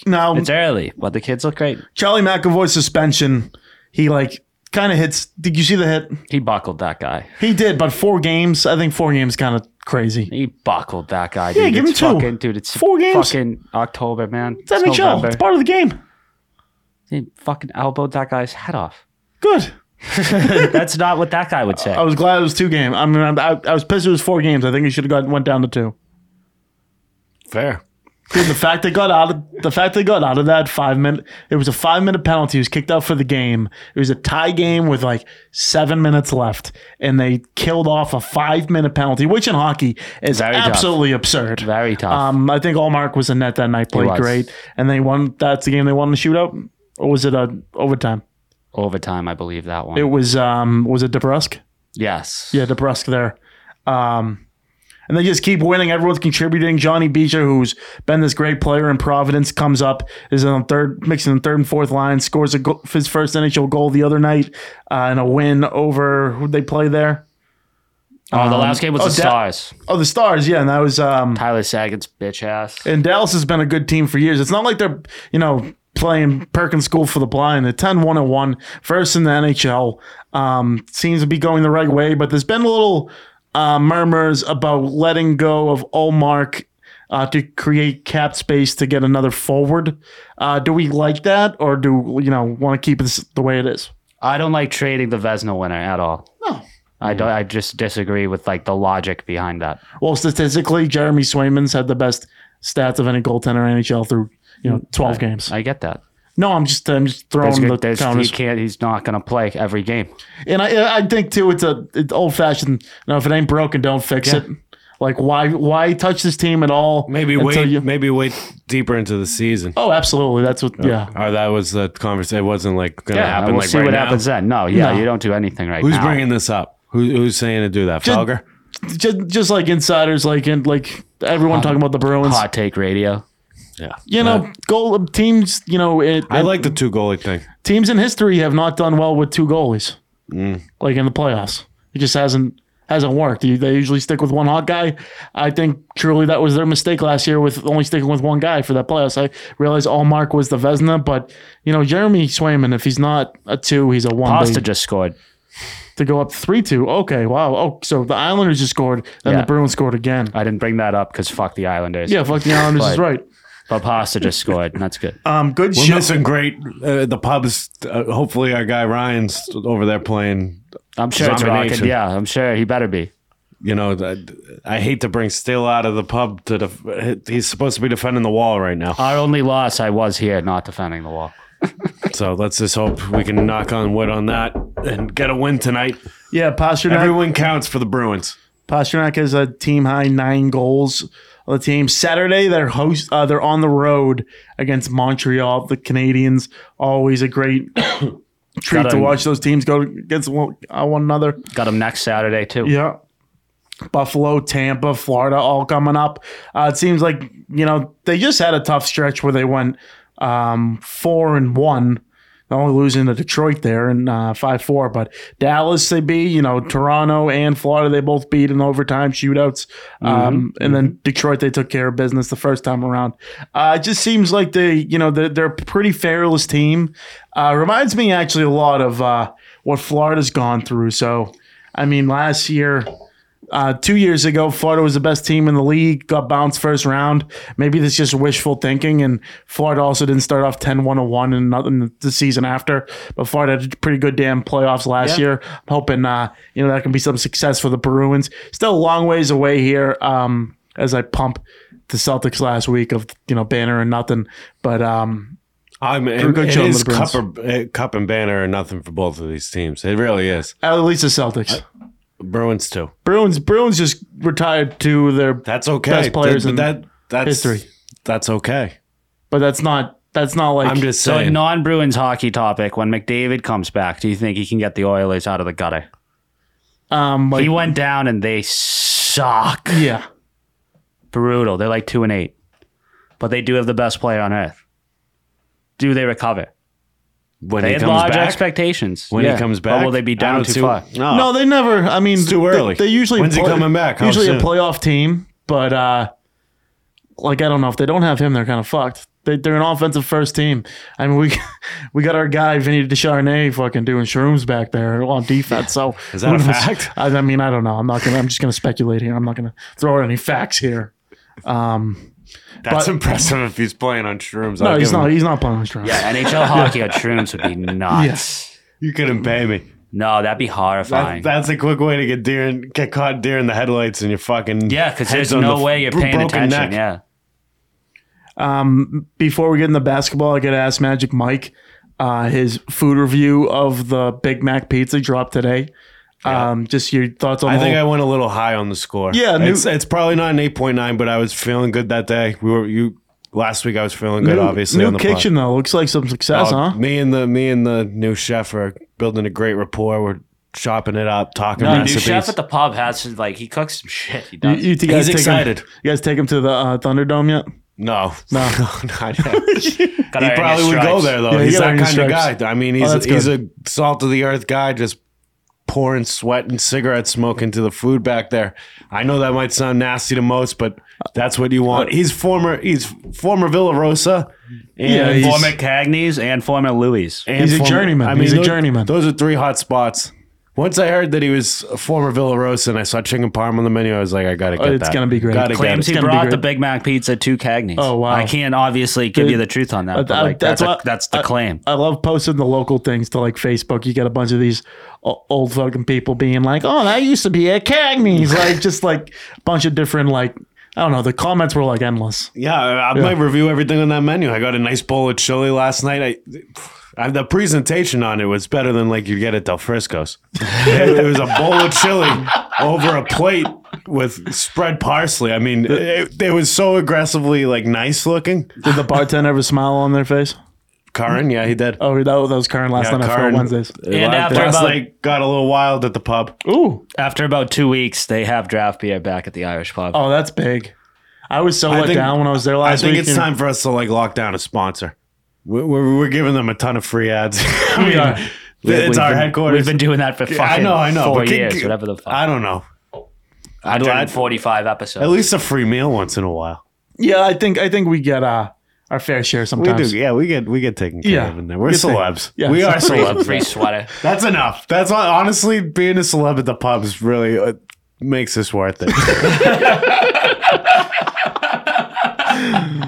Speaker 1: Now
Speaker 2: It's early, but the kids look great.
Speaker 1: Charlie McAvoy's suspension, he like kind of hits. Did you see the hit?
Speaker 2: He buckled that guy.
Speaker 1: He did, but four games. I think four games kind of crazy.
Speaker 2: He buckled that guy. Dude.
Speaker 1: give him
Speaker 2: It's
Speaker 1: two.
Speaker 2: Fucking, dude, it's
Speaker 1: Four games.
Speaker 2: Fucking October, man.
Speaker 1: It's NHL.
Speaker 2: November.
Speaker 1: It's part of the game.
Speaker 2: He fucking elbowed that guy's head off.
Speaker 1: Good.
Speaker 2: That's not what that guy would say.
Speaker 1: I was glad it was two games. I mean, I, I was pissed it was four games. I think it should have got went down to two.
Speaker 3: Fair.
Speaker 1: Dude, the fact they got out of the fact they got out of that five minute it was a five minute penalty. He was kicked out for the game. It was a tie game with like seven minutes left, and they killed off a five minute penalty, which in hockey is
Speaker 2: Very tough.
Speaker 1: absolutely absurd.
Speaker 2: Very tough.
Speaker 1: Um, I think Allmark was in net that night, played
Speaker 2: was.
Speaker 1: great, and they won. That's the game they won in the shootout, or was it a overtime?
Speaker 2: Overtime, I believe that one.
Speaker 1: It was um, was it DeBrusque?
Speaker 2: yes.
Speaker 1: Yeah, DeBrusque there. Um, and they just keep winning. Everyone's contributing. Johnny Beecher, who's been this great player in Providence, comes up, is on third, mixing the third and fourth line, scores a go- his first NHL goal the other night uh, in a win over who they play there.
Speaker 2: Oh, the last game was
Speaker 1: oh,
Speaker 2: the
Speaker 1: Da-
Speaker 2: Stars.
Speaker 1: Oh, the Stars. Yeah, and that was um,
Speaker 2: Tyler Sagan's bitch ass.
Speaker 1: and Dallas has been a good team for years. It's not like they're, you know, playing Perkins School for the Blind. They're 10 1 and 1, first in the NHL. Um, seems to be going the right way, but there's been little uh, murmurs about letting go of Allmark uh, to create cap space to get another forward. Uh, do we like that or do, you know, want to keep this the way it is?
Speaker 2: I don't like trading the Vesna winner at all.
Speaker 1: No.
Speaker 2: I don't. I just disagree with like the logic behind that.
Speaker 1: Well, statistically, Jeremy Swayman's had the best stats of any goaltender in NHL through, you know, 12 games.
Speaker 2: I get that.
Speaker 1: No, I'm just I'm just throwing
Speaker 2: There's,
Speaker 1: the
Speaker 2: there's,
Speaker 1: counters.
Speaker 2: he can't. He's not going to play every game.
Speaker 1: And I, I think too, it's a it's old fashioned. You know, if it ain't broken, don't fix it. Like why why touch this team at all?
Speaker 3: Maybe
Speaker 1: until
Speaker 3: wait.
Speaker 1: you-
Speaker 3: Maybe wait deeper into the season.
Speaker 1: oh, absolutely. That's what. Yeah.
Speaker 3: Or that was the conversation. It wasn't like gonna
Speaker 2: Yeah,
Speaker 3: happen.
Speaker 2: Uh, we'll
Speaker 3: like
Speaker 2: see
Speaker 3: right
Speaker 2: what
Speaker 3: now.
Speaker 2: happens then. No, yeah,
Speaker 1: No.
Speaker 2: you don't do anything right
Speaker 3: Who's
Speaker 2: now.
Speaker 3: bringing this up? Who, who's saying to do that?
Speaker 1: Just-
Speaker 3: Felger.
Speaker 1: Just just like insiders, like and like everyone talking about the Bruins.
Speaker 2: hot take radio?
Speaker 3: Yeah.
Speaker 1: You know, goal teams. You know, it,
Speaker 3: I like the two goalie thing.
Speaker 1: teams in history have not done well with two goalies, like in the playoffs. It just hasn't hasn't worked. They they usually stick with one hot guy. I think truly that was their mistake last year with only sticking with one guy for that playoffs. I realize Allmark was the Vesna, but you know Jeremy Swayman, if he's not a two, he's a one.
Speaker 2: Pasta
Speaker 1: They-
Speaker 2: just scored.
Speaker 1: to go up three two. Okay, wow. Oh, so the Islanders just scored, and
Speaker 2: Yeah.
Speaker 1: the Bruins scored again.
Speaker 2: I didn't bring that up because fuck the Islanders.
Speaker 1: Yeah, fuck the Islanders is
Speaker 2: Right.
Speaker 1: right.
Speaker 2: But Pasta just scored, and that's
Speaker 3: Uh,
Speaker 2: good.
Speaker 1: Um, good
Speaker 3: We're
Speaker 1: show.
Speaker 3: missing great. Uh, the pubs. Uh, hopefully, our guy Ryan's over there playing.
Speaker 2: I'm sure it's rocking.
Speaker 3: Domination.
Speaker 2: Yeah, I'm sure he better be.
Speaker 3: You know, I, I hate to bring Steele out of the pub to the. He's supposed to be defending the wall right now.
Speaker 2: Our only loss, I was here not defending the wall.
Speaker 3: So let's just hope we can knock on wood on that and get a win tonight.
Speaker 1: yeah, Pasternak.
Speaker 3: Every win counts for the Bruins.
Speaker 1: Pasternak has a team high nine goals on the team. Saturday, they're host. Uh, they're on the road against Montreal, the Canadians. Always a great treat
Speaker 2: Gotta-
Speaker 1: to watch those teams go against one, uh, one another.
Speaker 2: Got him next Saturday too.
Speaker 1: Yeah. Buffalo, Tampa, Florida, all coming up. Uh, it seems like you know they just had a tough stretch where they went um, four and one, They're only losing to Detroit there in uh, five four. But Dallas they beat, you know, Toronto and Florida they both beat in overtime shootouts, um, and then Detroit they took care of business the first time around. Uh, it just seems like they, you know, they're, they're a pretty fearless team. Uh, reminds me actually a lot of uh, what Florida's gone through. So. I mean, last year, uh, two years ago, Florida was the best team in the league, got bounced first round. Maybe this is just wishful thinking. And Florida also didn't start off 10 1 1 and nothing the season after. But Florida had a pretty good damn playoffs last year. I'm hoping, uh, you know, that can be some success for the Bruins. Still a long ways away here um, as I pump the Celtics last week of, you know, banner and nothing. But, um,
Speaker 3: I'm
Speaker 1: a good
Speaker 3: it
Speaker 1: showing
Speaker 3: is
Speaker 1: for the
Speaker 3: cup, or, uh, cup and banner or nothing for both of these teams. It really is.
Speaker 1: at least the Celtics.
Speaker 3: Bruins too.
Speaker 1: Bruins Bruins just retired to their
Speaker 3: That's okay.
Speaker 1: Best players
Speaker 3: That-
Speaker 1: in
Speaker 3: that- that's
Speaker 1: history.
Speaker 3: That's okay.
Speaker 1: but that's not That's not like
Speaker 3: I'm just
Speaker 2: So,
Speaker 3: saying.
Speaker 2: non Bruins hockey topic. When McDavid comes back, do you think he can get the Oilers out of the gutter?
Speaker 1: um like
Speaker 2: He went down and they suck.
Speaker 1: yeah.
Speaker 2: Brutal. They're like two and eight, but they do have the best player on earth. Do they recover?
Speaker 3: when
Speaker 2: They
Speaker 3: he
Speaker 2: had
Speaker 3: comes
Speaker 2: large
Speaker 3: back,
Speaker 2: expectations.
Speaker 3: when
Speaker 2: Yeah.
Speaker 3: he comes back,
Speaker 2: or will they be
Speaker 3: I
Speaker 2: down
Speaker 3: don't
Speaker 2: too
Speaker 3: see-
Speaker 2: far?
Speaker 3: No,
Speaker 1: No, they never. I mean,
Speaker 3: Oh. It's too
Speaker 1: they-
Speaker 3: early.
Speaker 1: They, usually
Speaker 3: When's he coming back? How
Speaker 1: Usually a
Speaker 3: soon?
Speaker 1: playoff team, but uh, like I don't know if they don't have him, they're kind of fucked. They, they're an offensive first team. I mean, we we got our guy Vinny Descharnay fucking doing shrooms back there on defense. So
Speaker 3: Is that a
Speaker 1: who knows?
Speaker 3: fact?
Speaker 1: I, I mean, I don't know. I'm not gonna. I'm just gonna speculate here. I'm not gonna throw out any facts here.
Speaker 3: that's
Speaker 1: but-
Speaker 3: impressive if he's playing on shrooms.
Speaker 1: No,
Speaker 3: I'll
Speaker 1: he's
Speaker 3: give him-
Speaker 1: not. He's not playing on shrooms.
Speaker 2: Yeah, NHL hockey on shrooms would be nuts.
Speaker 3: You couldn't pay me.
Speaker 2: No, that'd be
Speaker 3: That-
Speaker 2: horrifying.
Speaker 3: that's a quick way to get deer in, get caught deer in the headlights and you're fucking
Speaker 2: yeah, because
Speaker 3: head's
Speaker 2: there's
Speaker 3: on
Speaker 2: no
Speaker 3: the
Speaker 2: way you're
Speaker 3: bro-
Speaker 2: paying
Speaker 3: broken
Speaker 2: attention.
Speaker 3: neck.
Speaker 2: Yeah.
Speaker 1: Before we get into basketball, I got to ask Magic Mike. Uh, his food review of the Big Mac pizza dropped today. Um, just your thoughts on
Speaker 3: I
Speaker 1: the
Speaker 3: think
Speaker 1: whole-
Speaker 3: I went a little high on the score.
Speaker 1: Yeah, new-
Speaker 3: it's, it's probably not an eight point nine, but I was feeling good that day. We were you last week. I was feeling good,
Speaker 1: New-
Speaker 3: obviously.
Speaker 1: New
Speaker 3: on the pod.
Speaker 1: kitchen though looks like some success,
Speaker 3: Oh,
Speaker 1: huh?
Speaker 3: Me and the me and the new chef are building a great rapport. We're chopping it up, talking
Speaker 2: No, new
Speaker 3: recipes.
Speaker 2: chef at the pub has his, like he cooks some shit. He
Speaker 1: You,
Speaker 2: does.
Speaker 1: you, you guys
Speaker 3: He's
Speaker 1: take
Speaker 3: excited.
Speaker 1: Him, you guys take him to the uh, Thunderdome yet?
Speaker 3: no,
Speaker 1: No.
Speaker 3: not yet.
Speaker 2: Gotta
Speaker 3: he
Speaker 2: earn your
Speaker 3: probably would go
Speaker 2: stripes.
Speaker 3: there though.
Speaker 1: Yeah, you
Speaker 3: he's
Speaker 1: gotta earn your
Speaker 3: that kind of
Speaker 1: stripes.
Speaker 3: guy. I mean,
Speaker 1: Oh,
Speaker 3: he's
Speaker 1: that's
Speaker 3: he's a salt of the earth guy, just pouring sweat and cigarette smoke into the food back there. I know that might sound nasty to most, but that's what you want. He's former he's former Villarosa. And
Speaker 1: Yeah, he's-
Speaker 2: Former Cagney's and former Louis.
Speaker 3: and
Speaker 1: he's a journeyman. He's a
Speaker 3: those-
Speaker 1: journeyman.
Speaker 3: Those are three hot spots. Once I heard that he was a former Villarosa and I saw chicken parm on the menu, I was like, I gotta get
Speaker 1: Oh, it's
Speaker 3: that.
Speaker 1: gonna be great.
Speaker 3: Gotta
Speaker 2: Claims
Speaker 3: get it.
Speaker 2: he
Speaker 1: It's gonna be
Speaker 2: brought the
Speaker 1: great.
Speaker 2: Big Mac pizza to Cagney's.
Speaker 1: Oh, wow.
Speaker 2: I can't obviously give
Speaker 1: Dude,
Speaker 2: you the truth on that.
Speaker 1: I-
Speaker 2: but,
Speaker 1: I-
Speaker 2: like,
Speaker 1: that's
Speaker 2: that's
Speaker 1: what-
Speaker 2: a, that's the
Speaker 1: I-
Speaker 2: claim.
Speaker 1: I love posting the local things to like Facebook. You get a bunch of these o- old fucking people being like, "Oh, that used to be at Cagney's," like just like a bunch of different like I don't know. The comments were like endless.
Speaker 3: Yeah, I, I might review everything on that menu. I got a nice bowl of chili last night. I, I the presentation on it was better than like you get at Del Frisco's. it, it was a bowl of chili over a plate with spread parsley. I mean, it, it was so aggressively like nice looking.
Speaker 1: Did the bartender have a smile on their face?
Speaker 3: Karin, yeah, he did.
Speaker 1: Oh, that, that was Karen last
Speaker 3: Yeah,
Speaker 1: night. I
Speaker 3: Karen-
Speaker 1: felt Wednesdays.
Speaker 2: And
Speaker 3: last,
Speaker 2: after
Speaker 3: last
Speaker 2: about-
Speaker 3: night got a little wild at the pub.
Speaker 1: Ooh,
Speaker 2: After about two weeks, they have draft beer back at the Irish pub.
Speaker 1: oh, that's big. I was so
Speaker 3: I
Speaker 1: let
Speaker 3: think-
Speaker 1: down when I was there
Speaker 3: I
Speaker 1: last
Speaker 3: think
Speaker 1: week,
Speaker 3: it's
Speaker 1: you know.
Speaker 3: time for us to like lock down a sponsor. We're, we're, we're giving them a ton of free ads. I mean,
Speaker 1: are.
Speaker 3: it's
Speaker 2: We've
Speaker 3: our
Speaker 2: been-
Speaker 3: headquarters.
Speaker 2: We've been doing that for fucking
Speaker 3: I know, I know.
Speaker 2: four
Speaker 3: but can-
Speaker 2: years,
Speaker 3: can-
Speaker 2: whatever the fuck.
Speaker 3: I don't know. I'd like
Speaker 2: 145
Speaker 3: at
Speaker 2: episodes.
Speaker 3: least a free meal once in a while.
Speaker 1: Yeah, I think I think we get uh, our fair share
Speaker 3: We
Speaker 1: sometimes.
Speaker 3: do, yeah. We get we get taken care
Speaker 1: Yeah.
Speaker 3: of in there. We're
Speaker 1: Good thing.
Speaker 3: celebs.
Speaker 1: Yeah.
Speaker 3: We are
Speaker 2: Free-
Speaker 3: celebs.
Speaker 2: Free sweater.
Speaker 3: That's enough. That's all, honestly being a celeb at the pubs really uh, makes this worth it.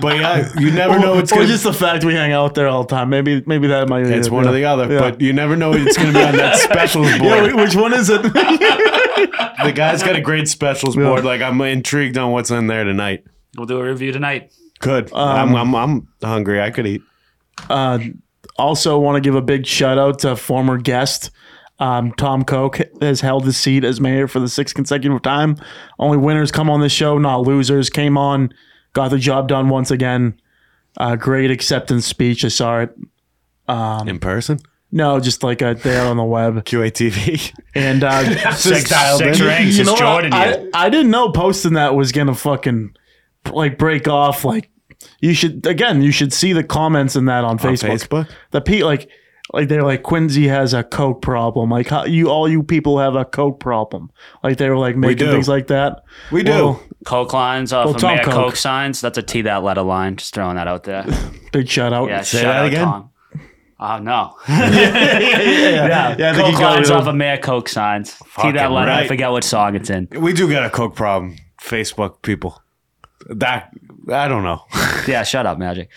Speaker 3: but yeah, you never know what's
Speaker 1: or
Speaker 3: going.
Speaker 1: just the fact we hang out there all the time. Maybe maybe that might. be
Speaker 3: It's
Speaker 1: it,
Speaker 3: one
Speaker 1: yeah.
Speaker 3: or the other,
Speaker 1: Yeah.
Speaker 3: but you never know what it's going to be on that specials board.
Speaker 1: Yeah, wh- which one is it?
Speaker 3: the guy's got a great specials board. Like I'm intrigued on what's in there tonight.
Speaker 2: We'll do a review tonight.
Speaker 3: Good. I'm,
Speaker 1: Um,
Speaker 3: I'm I'm hungry. I could eat.
Speaker 1: also, want to give a big shout out to former guest. Um, Tom Koch has held his seat as mayor for the sixth consecutive time. Only winners come on this show, not losers. Came on, got the job done once again. Uh, great acceptance speech. I saw it. um,
Speaker 3: in person?
Speaker 1: No, just like uh, they had on the web.
Speaker 3: QATV.
Speaker 1: And uh,
Speaker 3: Six, six
Speaker 2: rings is
Speaker 1: what?
Speaker 2: Jordan
Speaker 1: I, I didn't know posting that was gonna fucking like break off. Like you should again, you should see the comments in that on Facebook.
Speaker 3: Facebook?
Speaker 1: The Pete like like they're like Quincy has a coke problem. Like how, you all you people have a coke problem. Like they were like making
Speaker 3: do.
Speaker 1: things like that.
Speaker 3: We do.
Speaker 1: Well,
Speaker 2: Coke lines off
Speaker 1: Well,
Speaker 2: of
Speaker 1: Tom
Speaker 2: Mayor
Speaker 1: Coke.
Speaker 2: Coke. signs. That's a T that letter line. Just throwing that out there.
Speaker 1: Big shout out.
Speaker 2: Yeah,
Speaker 3: Say
Speaker 2: shout
Speaker 3: that
Speaker 2: out
Speaker 3: again?
Speaker 2: Tom. Oh no. yeah,
Speaker 1: Yeah, I think you
Speaker 2: Coke
Speaker 1: got
Speaker 2: lines
Speaker 1: it.
Speaker 2: off of Mayor Coke signs. T that
Speaker 3: Fucking
Speaker 2: letter. I
Speaker 3: right.
Speaker 2: forget what song it's in.
Speaker 3: We do got a coke problem, Facebook people. That I don't know.
Speaker 2: Yeah, shut up, Magic.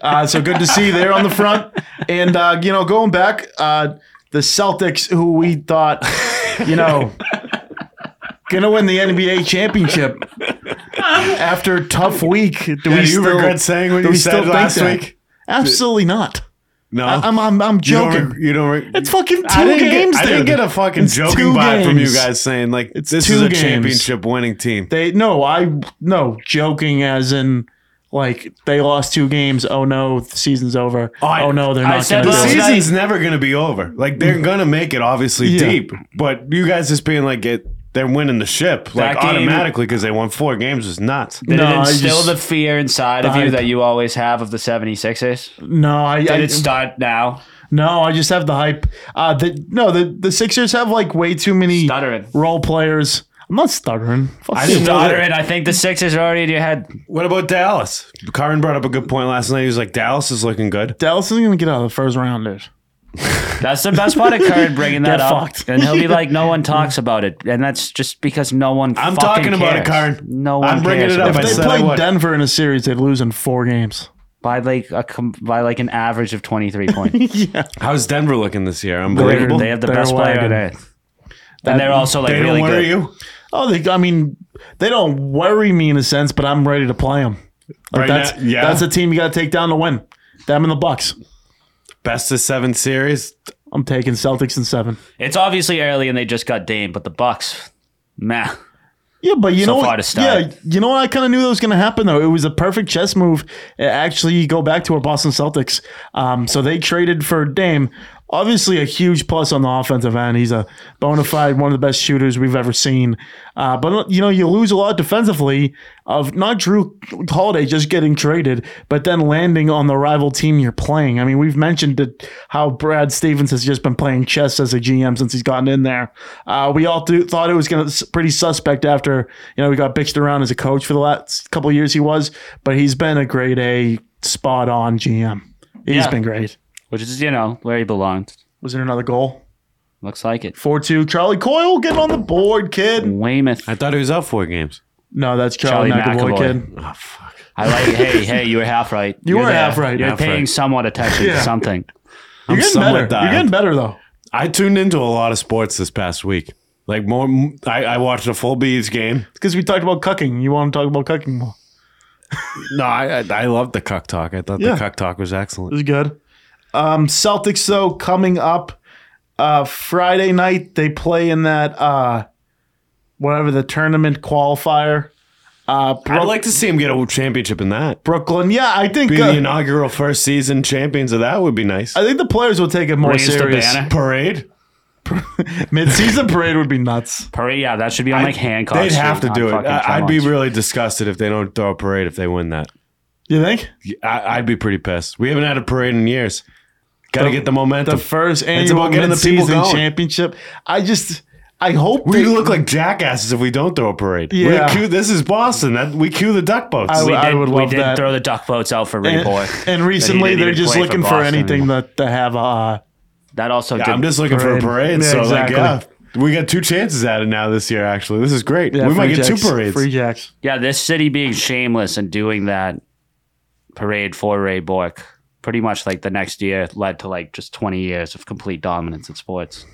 Speaker 1: Uh, so good to see you there on the front. And uh, you know, going back, uh, the Celtics, who we thought, you know, gonna win the NBA championship after a tough week. Do we
Speaker 3: Do you
Speaker 1: still-
Speaker 3: regret saying what
Speaker 1: do
Speaker 3: you
Speaker 1: we still
Speaker 3: said
Speaker 1: think
Speaker 3: last
Speaker 1: that?
Speaker 3: week?
Speaker 1: Absolutely not.
Speaker 3: No,
Speaker 1: I, I'm, I'm I'm
Speaker 3: you don't.
Speaker 1: joking.
Speaker 3: Re- you don't. Re-
Speaker 1: it's fucking two
Speaker 3: I didn't,
Speaker 1: games.
Speaker 3: get, I didn't
Speaker 1: dude.
Speaker 3: get a fucking
Speaker 1: It's
Speaker 3: joking
Speaker 1: two
Speaker 3: vibe from you
Speaker 1: games.
Speaker 3: guys saying like
Speaker 1: It's
Speaker 3: this
Speaker 1: two
Speaker 3: is a
Speaker 1: games.
Speaker 3: championship winning team.
Speaker 1: They no, I no joking as in like they lost two games. Oh no, the season's over.
Speaker 3: Oh, I-
Speaker 1: oh no, they're
Speaker 2: I
Speaker 1: not going
Speaker 2: said
Speaker 1: to
Speaker 3: The
Speaker 2: last
Speaker 1: do it.
Speaker 2: night-
Speaker 3: season's never going to be over. Like they're going to make it obviously
Speaker 1: Yeah.
Speaker 3: deep, but you guys just being like it, they're winning the ship like
Speaker 2: game-
Speaker 3: automatically because they won four games is nuts.
Speaker 2: Did
Speaker 1: No,
Speaker 2: it
Speaker 1: I
Speaker 2: instill
Speaker 1: just-
Speaker 2: the fear inside of you
Speaker 1: hype.
Speaker 2: that you always have of the 76ers?
Speaker 1: No, I,
Speaker 2: Did
Speaker 1: I
Speaker 2: it start now?
Speaker 1: no, I just have the hype. Uh, the, no, the the Sixers have like way too many
Speaker 2: Stuttering.
Speaker 1: role players. I'm not stuttering. Fuck
Speaker 3: I
Speaker 1: you.
Speaker 3: didn't know that.
Speaker 2: Stuttering. I think the Sixers are already in your head.
Speaker 3: What about Dallas? Karin brought up a good point last night. He was like, Dallas is looking good.
Speaker 1: Dallas is going to get out of the first round, dude.
Speaker 2: That's the best part of Curry bringing that
Speaker 1: Get
Speaker 2: up.
Speaker 1: fucked.
Speaker 2: And he'll be like, no one talks about it. And that's just because no one fucking
Speaker 3: I'm talking about it,
Speaker 2: cares.
Speaker 3: Curry.
Speaker 2: No one
Speaker 3: I'm bringing
Speaker 2: cares
Speaker 3: it up.
Speaker 2: about
Speaker 3: I
Speaker 1: If they
Speaker 3: said I
Speaker 1: played
Speaker 3: would.
Speaker 1: Denver in a series, they'd lose in four games.
Speaker 2: by like a com- by like an average of 23 points.
Speaker 3: How's Denver looking this year?
Speaker 2: They're-
Speaker 3: Unbelievable.
Speaker 2: they have the
Speaker 1: They're
Speaker 2: best player
Speaker 1: lagging.
Speaker 2: on earth. And they're also like
Speaker 3: They
Speaker 2: really
Speaker 3: don't worry
Speaker 2: good.
Speaker 3: you.
Speaker 1: Oh, they, I mean, they don't worry me in a sense, but I'm ready to play them. Like
Speaker 3: Right
Speaker 1: that's
Speaker 3: now- yeah.
Speaker 1: that's a team you got to take down to win. Them and the Bucks.
Speaker 3: Best of seven series.
Speaker 1: I'm taking Celtics in seven.
Speaker 2: It's obviously early and they just got Dame, but the Bucks, nah.
Speaker 1: Yeah, but you
Speaker 2: So
Speaker 1: know
Speaker 2: far to
Speaker 1: what?
Speaker 2: start.
Speaker 1: Yeah, you know what? I kind of knew that was going to happen though. It was a perfect chess move. Uh, Actually, you go back to our Boston Celtics. Um, so they traded for Dame. Obviously, a huge plus on the offensive end. He's a bona fide one of the best shooters we've ever seen. Uh, but you know, you lose a lot defensively of not Drew Holiday just getting traded, but then landing on the rival team you're playing. I mean, we've mentioned that how Brad Stevens has just been playing chess as a GM since he's gotten in there. Uh, we all th- thought it was going to pretty suspect after you know we got bitched around as a coach for the last couple of years he was, but he's been a grade A spot on GM. He's
Speaker 2: Yeah.
Speaker 1: been great.
Speaker 2: Which is, you know, where he belonged.
Speaker 1: Was there another goal?
Speaker 2: Looks like it.
Speaker 1: Four two. Charlie Coyle getting on the board, kid.
Speaker 2: Weymouth.
Speaker 3: I thought he was out four games.
Speaker 1: No, that's Charlie,
Speaker 2: Charlie
Speaker 1: McAvoy,
Speaker 2: McAvoy.
Speaker 1: kid.
Speaker 3: Oh, fuck.
Speaker 2: I like. Hey, hey, you were half right.
Speaker 1: You
Speaker 2: You're
Speaker 1: were
Speaker 2: there.
Speaker 1: half right.
Speaker 2: You're
Speaker 1: Half
Speaker 2: paying
Speaker 3: right.
Speaker 2: somewhat attention
Speaker 1: Yeah.
Speaker 2: to something.
Speaker 1: You're getting
Speaker 3: somewhat
Speaker 1: better. You're
Speaker 3: dialed.
Speaker 1: getting better though.
Speaker 3: I tuned into a lot of sports this past week. Like more, m- I, I watched a full Bees game.
Speaker 1: because we talked about cucking. You want to talk about cucking more?
Speaker 3: No, I I, I loved the cuck talk. I thought
Speaker 1: Yeah.
Speaker 3: the cuck talk was
Speaker 1: It
Speaker 3: excellent.
Speaker 1: was good. Um, Celtics though coming up uh, Friday night they play in that uh, whatever the tournament qualifier. Uh, Bro-
Speaker 3: I'd like to see him get a championship in that.
Speaker 1: Brooklyn. Yeah, I think
Speaker 3: Be
Speaker 1: uh,
Speaker 3: the inaugural first season champions of that would be nice.
Speaker 1: I think the players will take it more
Speaker 2: Raise the
Speaker 1: serious.
Speaker 2: banner.
Speaker 3: Parade.
Speaker 1: Mid-season parade would be nuts.
Speaker 2: Parade. Yeah, that should be on like Hancock.
Speaker 3: They'd have to
Speaker 2: Street
Speaker 3: do it.
Speaker 2: on fucking
Speaker 3: Oh, I, I'd be
Speaker 2: Tremont.
Speaker 3: really disgusted if they don't throw a parade if they win that.
Speaker 1: You think
Speaker 3: I, I'd be pretty pissed. We haven't had a parade in years. Got to get the momentum.
Speaker 1: the first annual
Speaker 3: about getting the people
Speaker 1: mid-season
Speaker 3: going.
Speaker 1: championship? I just I hope
Speaker 3: we
Speaker 1: they-
Speaker 3: look like jackasses if we don't throw a parade. We
Speaker 1: Yeah.
Speaker 3: cue- this is Boston. That, we cue the duck boats.
Speaker 1: I
Speaker 2: We did,
Speaker 1: I would
Speaker 2: we
Speaker 1: love
Speaker 2: did
Speaker 1: that.
Speaker 2: throw the duck boats out for
Speaker 1: and,
Speaker 2: Reboy.
Speaker 1: and recently
Speaker 2: didn't
Speaker 1: they're
Speaker 2: even
Speaker 1: just
Speaker 2: play for
Speaker 1: looking for,
Speaker 2: Boston
Speaker 1: anything
Speaker 2: anymore.
Speaker 1: that to have uh
Speaker 2: that also.
Speaker 3: Yeah,
Speaker 2: did,
Speaker 3: I'm just looking for a
Speaker 1: Parade.
Speaker 3: parade.
Speaker 1: Yeah,
Speaker 3: so
Speaker 1: exactly.
Speaker 3: like, yeah, we got two chances at it now this year. Actually, this is great.
Speaker 1: yeah,
Speaker 3: we might
Speaker 1: free
Speaker 3: get
Speaker 1: jacks-
Speaker 3: two parades.
Speaker 1: Free jacks.
Speaker 2: yeah, this city being shameless and doing that parade for Ray Bork pretty much like the next year led to like just 20 years of complete dominance in sports.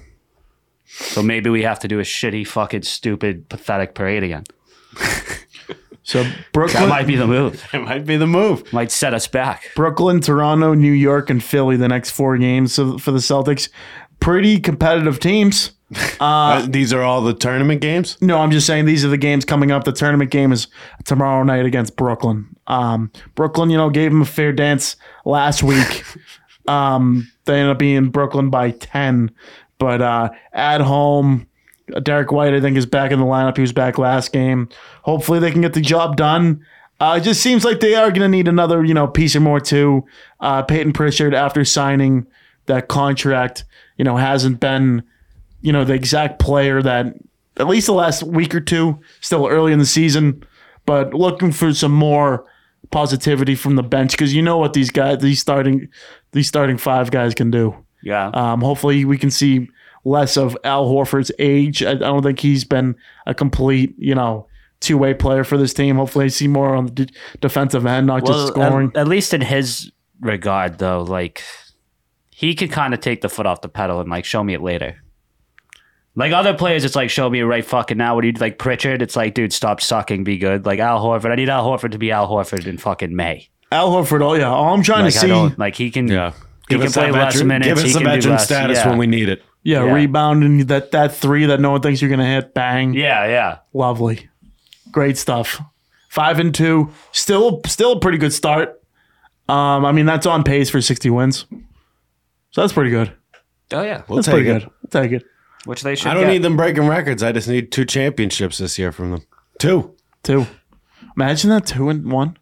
Speaker 2: So maybe we have to do a shitty, fucking, stupid, pathetic parade again.
Speaker 1: So
Speaker 2: That
Speaker 1: Brooklyn,
Speaker 2: might be the move.
Speaker 3: It might be the move.
Speaker 2: Might set us back.
Speaker 1: Brooklyn, Toronto, New York, and Philly. The next four games of- for the Celtics, pretty competitive teams.
Speaker 3: Uh, these are all the tournament games.
Speaker 1: No, I'm just saying these are the games coming up. The tournament game is tomorrow night against Brooklyn. Um, Brooklyn, you know, gave them a fair dance last week. um, they ended up being Brooklyn by ten, but uh, at home, Derek White I think is back in the lineup. He was back last game. Hopefully, they can get the job done. Uh, it just seems like they are going to need another, you know, piece or more too. Uh, Peyton Pritchard, after signing that contract, you know, hasn't been, you know, the exact player that at least the last week or two, still early in the season, but looking for some more positivity from the bench because you know what these guys, these starting, these starting five guys can do.
Speaker 2: Yeah.
Speaker 1: Um, hopefully, we can see less of Al Horford's age. I, I don't think he's been a complete, you know, two way player for this team. Hopefully, I see more on the d- defensive end, not just scoring.
Speaker 2: At, at least in his regard, though, like he could kind of take the foot off the pedal and like show me it later. Like other players, it's like show me it right fucking now. What do you like, Pritchard? It's like, dude, stop sucking, be good. Like Al Horford, I need Al Horford to be Al Horford in fucking May.
Speaker 1: Al Horford, oh yeah, all I'm trying
Speaker 2: Like
Speaker 1: to
Speaker 2: I
Speaker 1: see,
Speaker 2: don't like he can. He
Speaker 3: Give
Speaker 2: can
Speaker 3: us that
Speaker 2: play less
Speaker 3: veteran,
Speaker 2: minutes.
Speaker 3: give
Speaker 2: he
Speaker 3: us some
Speaker 2: can do
Speaker 3: veteran
Speaker 2: less.
Speaker 3: status
Speaker 2: yeah.
Speaker 3: when we need it.
Speaker 1: yeah,
Speaker 2: yeah.
Speaker 1: rebounding that that three that no one thinks you're gonna hit, bang,
Speaker 2: Yeah, yeah.
Speaker 1: lovely, great stuff. five and two. Still, still a pretty good start. Um, I mean, that's on pace for 60 wins. So that's pretty good.
Speaker 2: Oh yeah,
Speaker 3: We'll
Speaker 1: That's pretty
Speaker 3: take it.
Speaker 1: good. I'll take it.
Speaker 2: which they should.
Speaker 3: I don't
Speaker 2: get.
Speaker 3: need them breaking records. I just need two championships this year from them. Two.
Speaker 1: Two. Imagine that two and one.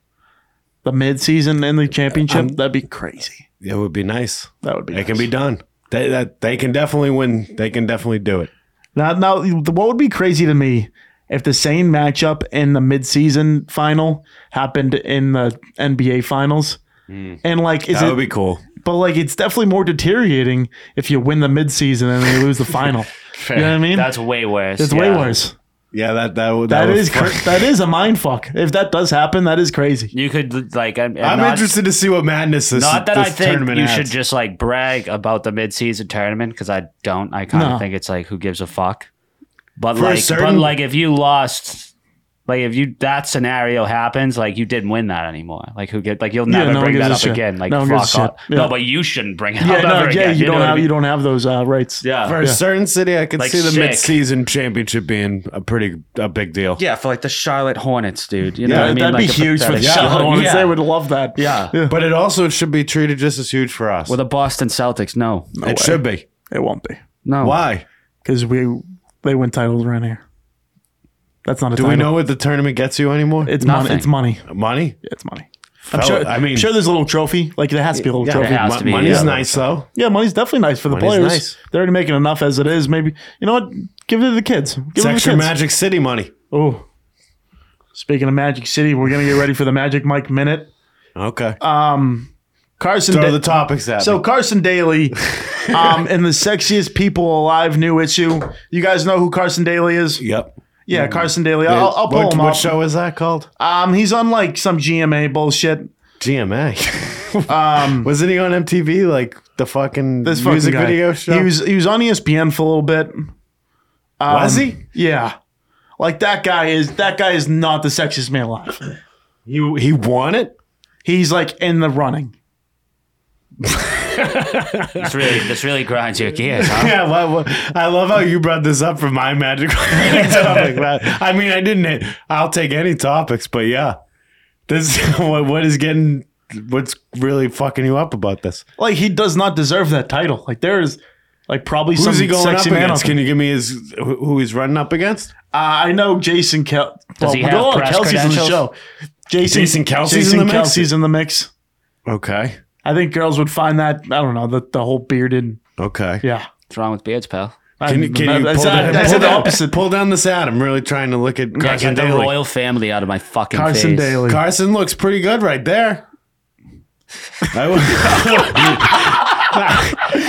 Speaker 1: The midseason and the championship. that'd be crazy.
Speaker 3: It would be nice.
Speaker 1: That would be.
Speaker 3: It can
Speaker 1: nice.
Speaker 3: be done. They that they can definitely win. They can definitely do it.
Speaker 1: Now, now, what would be crazy to me if the same matchup in the midseason final happened in the NBA finals? And like, is
Speaker 3: Hmm. That
Speaker 1: it?
Speaker 3: would be cool.
Speaker 1: but like, it's definitely more deteriorating if you win the midseason and then you lose the final. you know what I mean?
Speaker 2: That's way worse.
Speaker 1: it's way
Speaker 2: yeah.
Speaker 1: worse.
Speaker 3: Yeah, that that would
Speaker 1: That
Speaker 3: would
Speaker 1: is
Speaker 3: fuck-
Speaker 1: cra- that is a mind fuck. If that does happen, that is crazy.
Speaker 2: You could like. I'm,
Speaker 3: I'm
Speaker 2: not,
Speaker 3: interested to see what madness this.
Speaker 2: Not that
Speaker 3: this
Speaker 2: I think
Speaker 3: tournament
Speaker 2: you
Speaker 3: adds.
Speaker 2: should just like brag about the midseason tournament because I don't. I kind of
Speaker 1: No.
Speaker 2: think it's like who gives a fuck. But
Speaker 3: a
Speaker 2: like, but
Speaker 3: certain-
Speaker 2: like if you lost, like if you that scenario happens, like you didn't win that anymore. Like who get like you'll
Speaker 1: Yeah,
Speaker 2: never
Speaker 1: no one
Speaker 2: bring
Speaker 1: gives
Speaker 2: that
Speaker 1: a
Speaker 2: up
Speaker 1: shit.
Speaker 2: again. Like
Speaker 1: No one gives
Speaker 2: fuck
Speaker 1: a
Speaker 2: up.
Speaker 1: shit. Yeah.
Speaker 2: No, but you shouldn't bring it
Speaker 1: Yeah,
Speaker 2: up
Speaker 1: no,
Speaker 2: ever
Speaker 1: yeah,
Speaker 2: again.
Speaker 1: you, don't
Speaker 2: know what I
Speaker 1: have
Speaker 2: mean?
Speaker 1: you don't have those uh, rights.
Speaker 2: Yeah.
Speaker 3: For a certain city, I could
Speaker 2: Like
Speaker 3: see the
Speaker 2: sick.
Speaker 3: midseason championship being a pretty a big deal.
Speaker 2: Yeah, for like the Charlotte Hornets, dude. You know
Speaker 3: Yeah,
Speaker 2: what I mean?
Speaker 1: that'd
Speaker 2: Like
Speaker 1: be
Speaker 2: a
Speaker 1: huge for the
Speaker 2: pathetic-
Speaker 1: Charlotte
Speaker 2: Yeah.
Speaker 1: Hornets.
Speaker 2: Yeah.
Speaker 1: They would love that.
Speaker 2: Yeah.
Speaker 3: But it also should be treated just as huge for us.
Speaker 2: Well, the Boston Celtics, no,
Speaker 3: it should be.
Speaker 1: it won't be
Speaker 2: no.
Speaker 3: Why?
Speaker 1: because we they win titles around here. That's not a
Speaker 3: Do
Speaker 1: title.
Speaker 3: we know what the tournament gets you anymore?
Speaker 1: It's
Speaker 2: Nothing. Oh,
Speaker 1: money. It's money.
Speaker 3: money.
Speaker 1: It's money.
Speaker 3: I'm
Speaker 1: sure-
Speaker 3: I mean,
Speaker 1: I'm sure there's a little trophy. Like there has to be a little
Speaker 2: Yeah,
Speaker 1: trophy.
Speaker 2: it has to be.
Speaker 3: money's
Speaker 2: yeah.
Speaker 3: nice though.
Speaker 1: Yeah, money's definitely nice for the
Speaker 3: Money's
Speaker 1: players.
Speaker 3: nice.
Speaker 1: They're already making enough as it is. Maybe you know what? Give it to the kids. Give it
Speaker 3: It's
Speaker 1: to the
Speaker 3: extra
Speaker 1: kids.
Speaker 3: Magic City money.
Speaker 1: oh, speaking of Magic City, we're gonna get ready for the Magic Mike minute.
Speaker 3: Okay.
Speaker 1: Carson.
Speaker 3: Throw
Speaker 1: Da-
Speaker 3: the topics at
Speaker 1: Um, so
Speaker 3: me.
Speaker 1: Carson Daly, um, in the sexiest people alive new issue. You guys know who Carson Daly is?
Speaker 3: Yep.
Speaker 1: Yeah, Carson Daly. I'll, I'll pull
Speaker 3: what,
Speaker 1: him
Speaker 3: what
Speaker 1: up.
Speaker 3: show is that called?
Speaker 1: Um, he's on like some GMA bullshit.
Speaker 3: GMA. um, wasn't he on MTV like the fucking
Speaker 1: This fucking
Speaker 3: music
Speaker 1: guy.
Speaker 3: video show?
Speaker 1: He was he was on E ESPN for a little bit. Um,
Speaker 3: was he?
Speaker 1: Yeah. Like that guy is that guy is not the sexiest man alive.
Speaker 3: You he won it.
Speaker 1: He's like in the running.
Speaker 2: This really, this really grinds your gears. Huh?
Speaker 3: Yeah, well, well, I love how you brought this up for my magic topic. man. I mean, I didn't. I'll take any topics, but yeah, this what, what is getting what's really fucking you up about this?
Speaker 1: Like he does not deserve that title. Like there is like probably some
Speaker 3: Who's he going up
Speaker 1: sexy man.
Speaker 3: against?
Speaker 1: Can,
Speaker 3: Can you give me his who who he's running up against?
Speaker 1: uh, I know Jason Kel.
Speaker 2: Does he have
Speaker 1: Bill
Speaker 2: press
Speaker 1: in the
Speaker 2: credentials?
Speaker 1: show. Jason,
Speaker 3: Jason Kelsey's
Speaker 1: Jason
Speaker 3: in the mix?
Speaker 1: Kelsey's in the mix.
Speaker 3: Okay,
Speaker 1: I think girls would find that I don't know the, the whole bearded.
Speaker 3: okay.
Speaker 1: Yeah.
Speaker 2: What's wrong with beards, pal?
Speaker 3: Can you
Speaker 1: I-
Speaker 3: can
Speaker 1: I-
Speaker 3: you
Speaker 1: I
Speaker 3: pull,
Speaker 1: said-
Speaker 3: down,
Speaker 1: I
Speaker 3: pull
Speaker 1: said the
Speaker 3: down-
Speaker 1: opposite.
Speaker 3: Pull down this ad. I'm really trying to look at
Speaker 2: Yeah,
Speaker 3: Carson
Speaker 2: get the
Speaker 3: Daly.
Speaker 2: royal family out of my fucking
Speaker 1: Carson
Speaker 2: face.
Speaker 1: Daly.
Speaker 3: Carson looks pretty good right there. I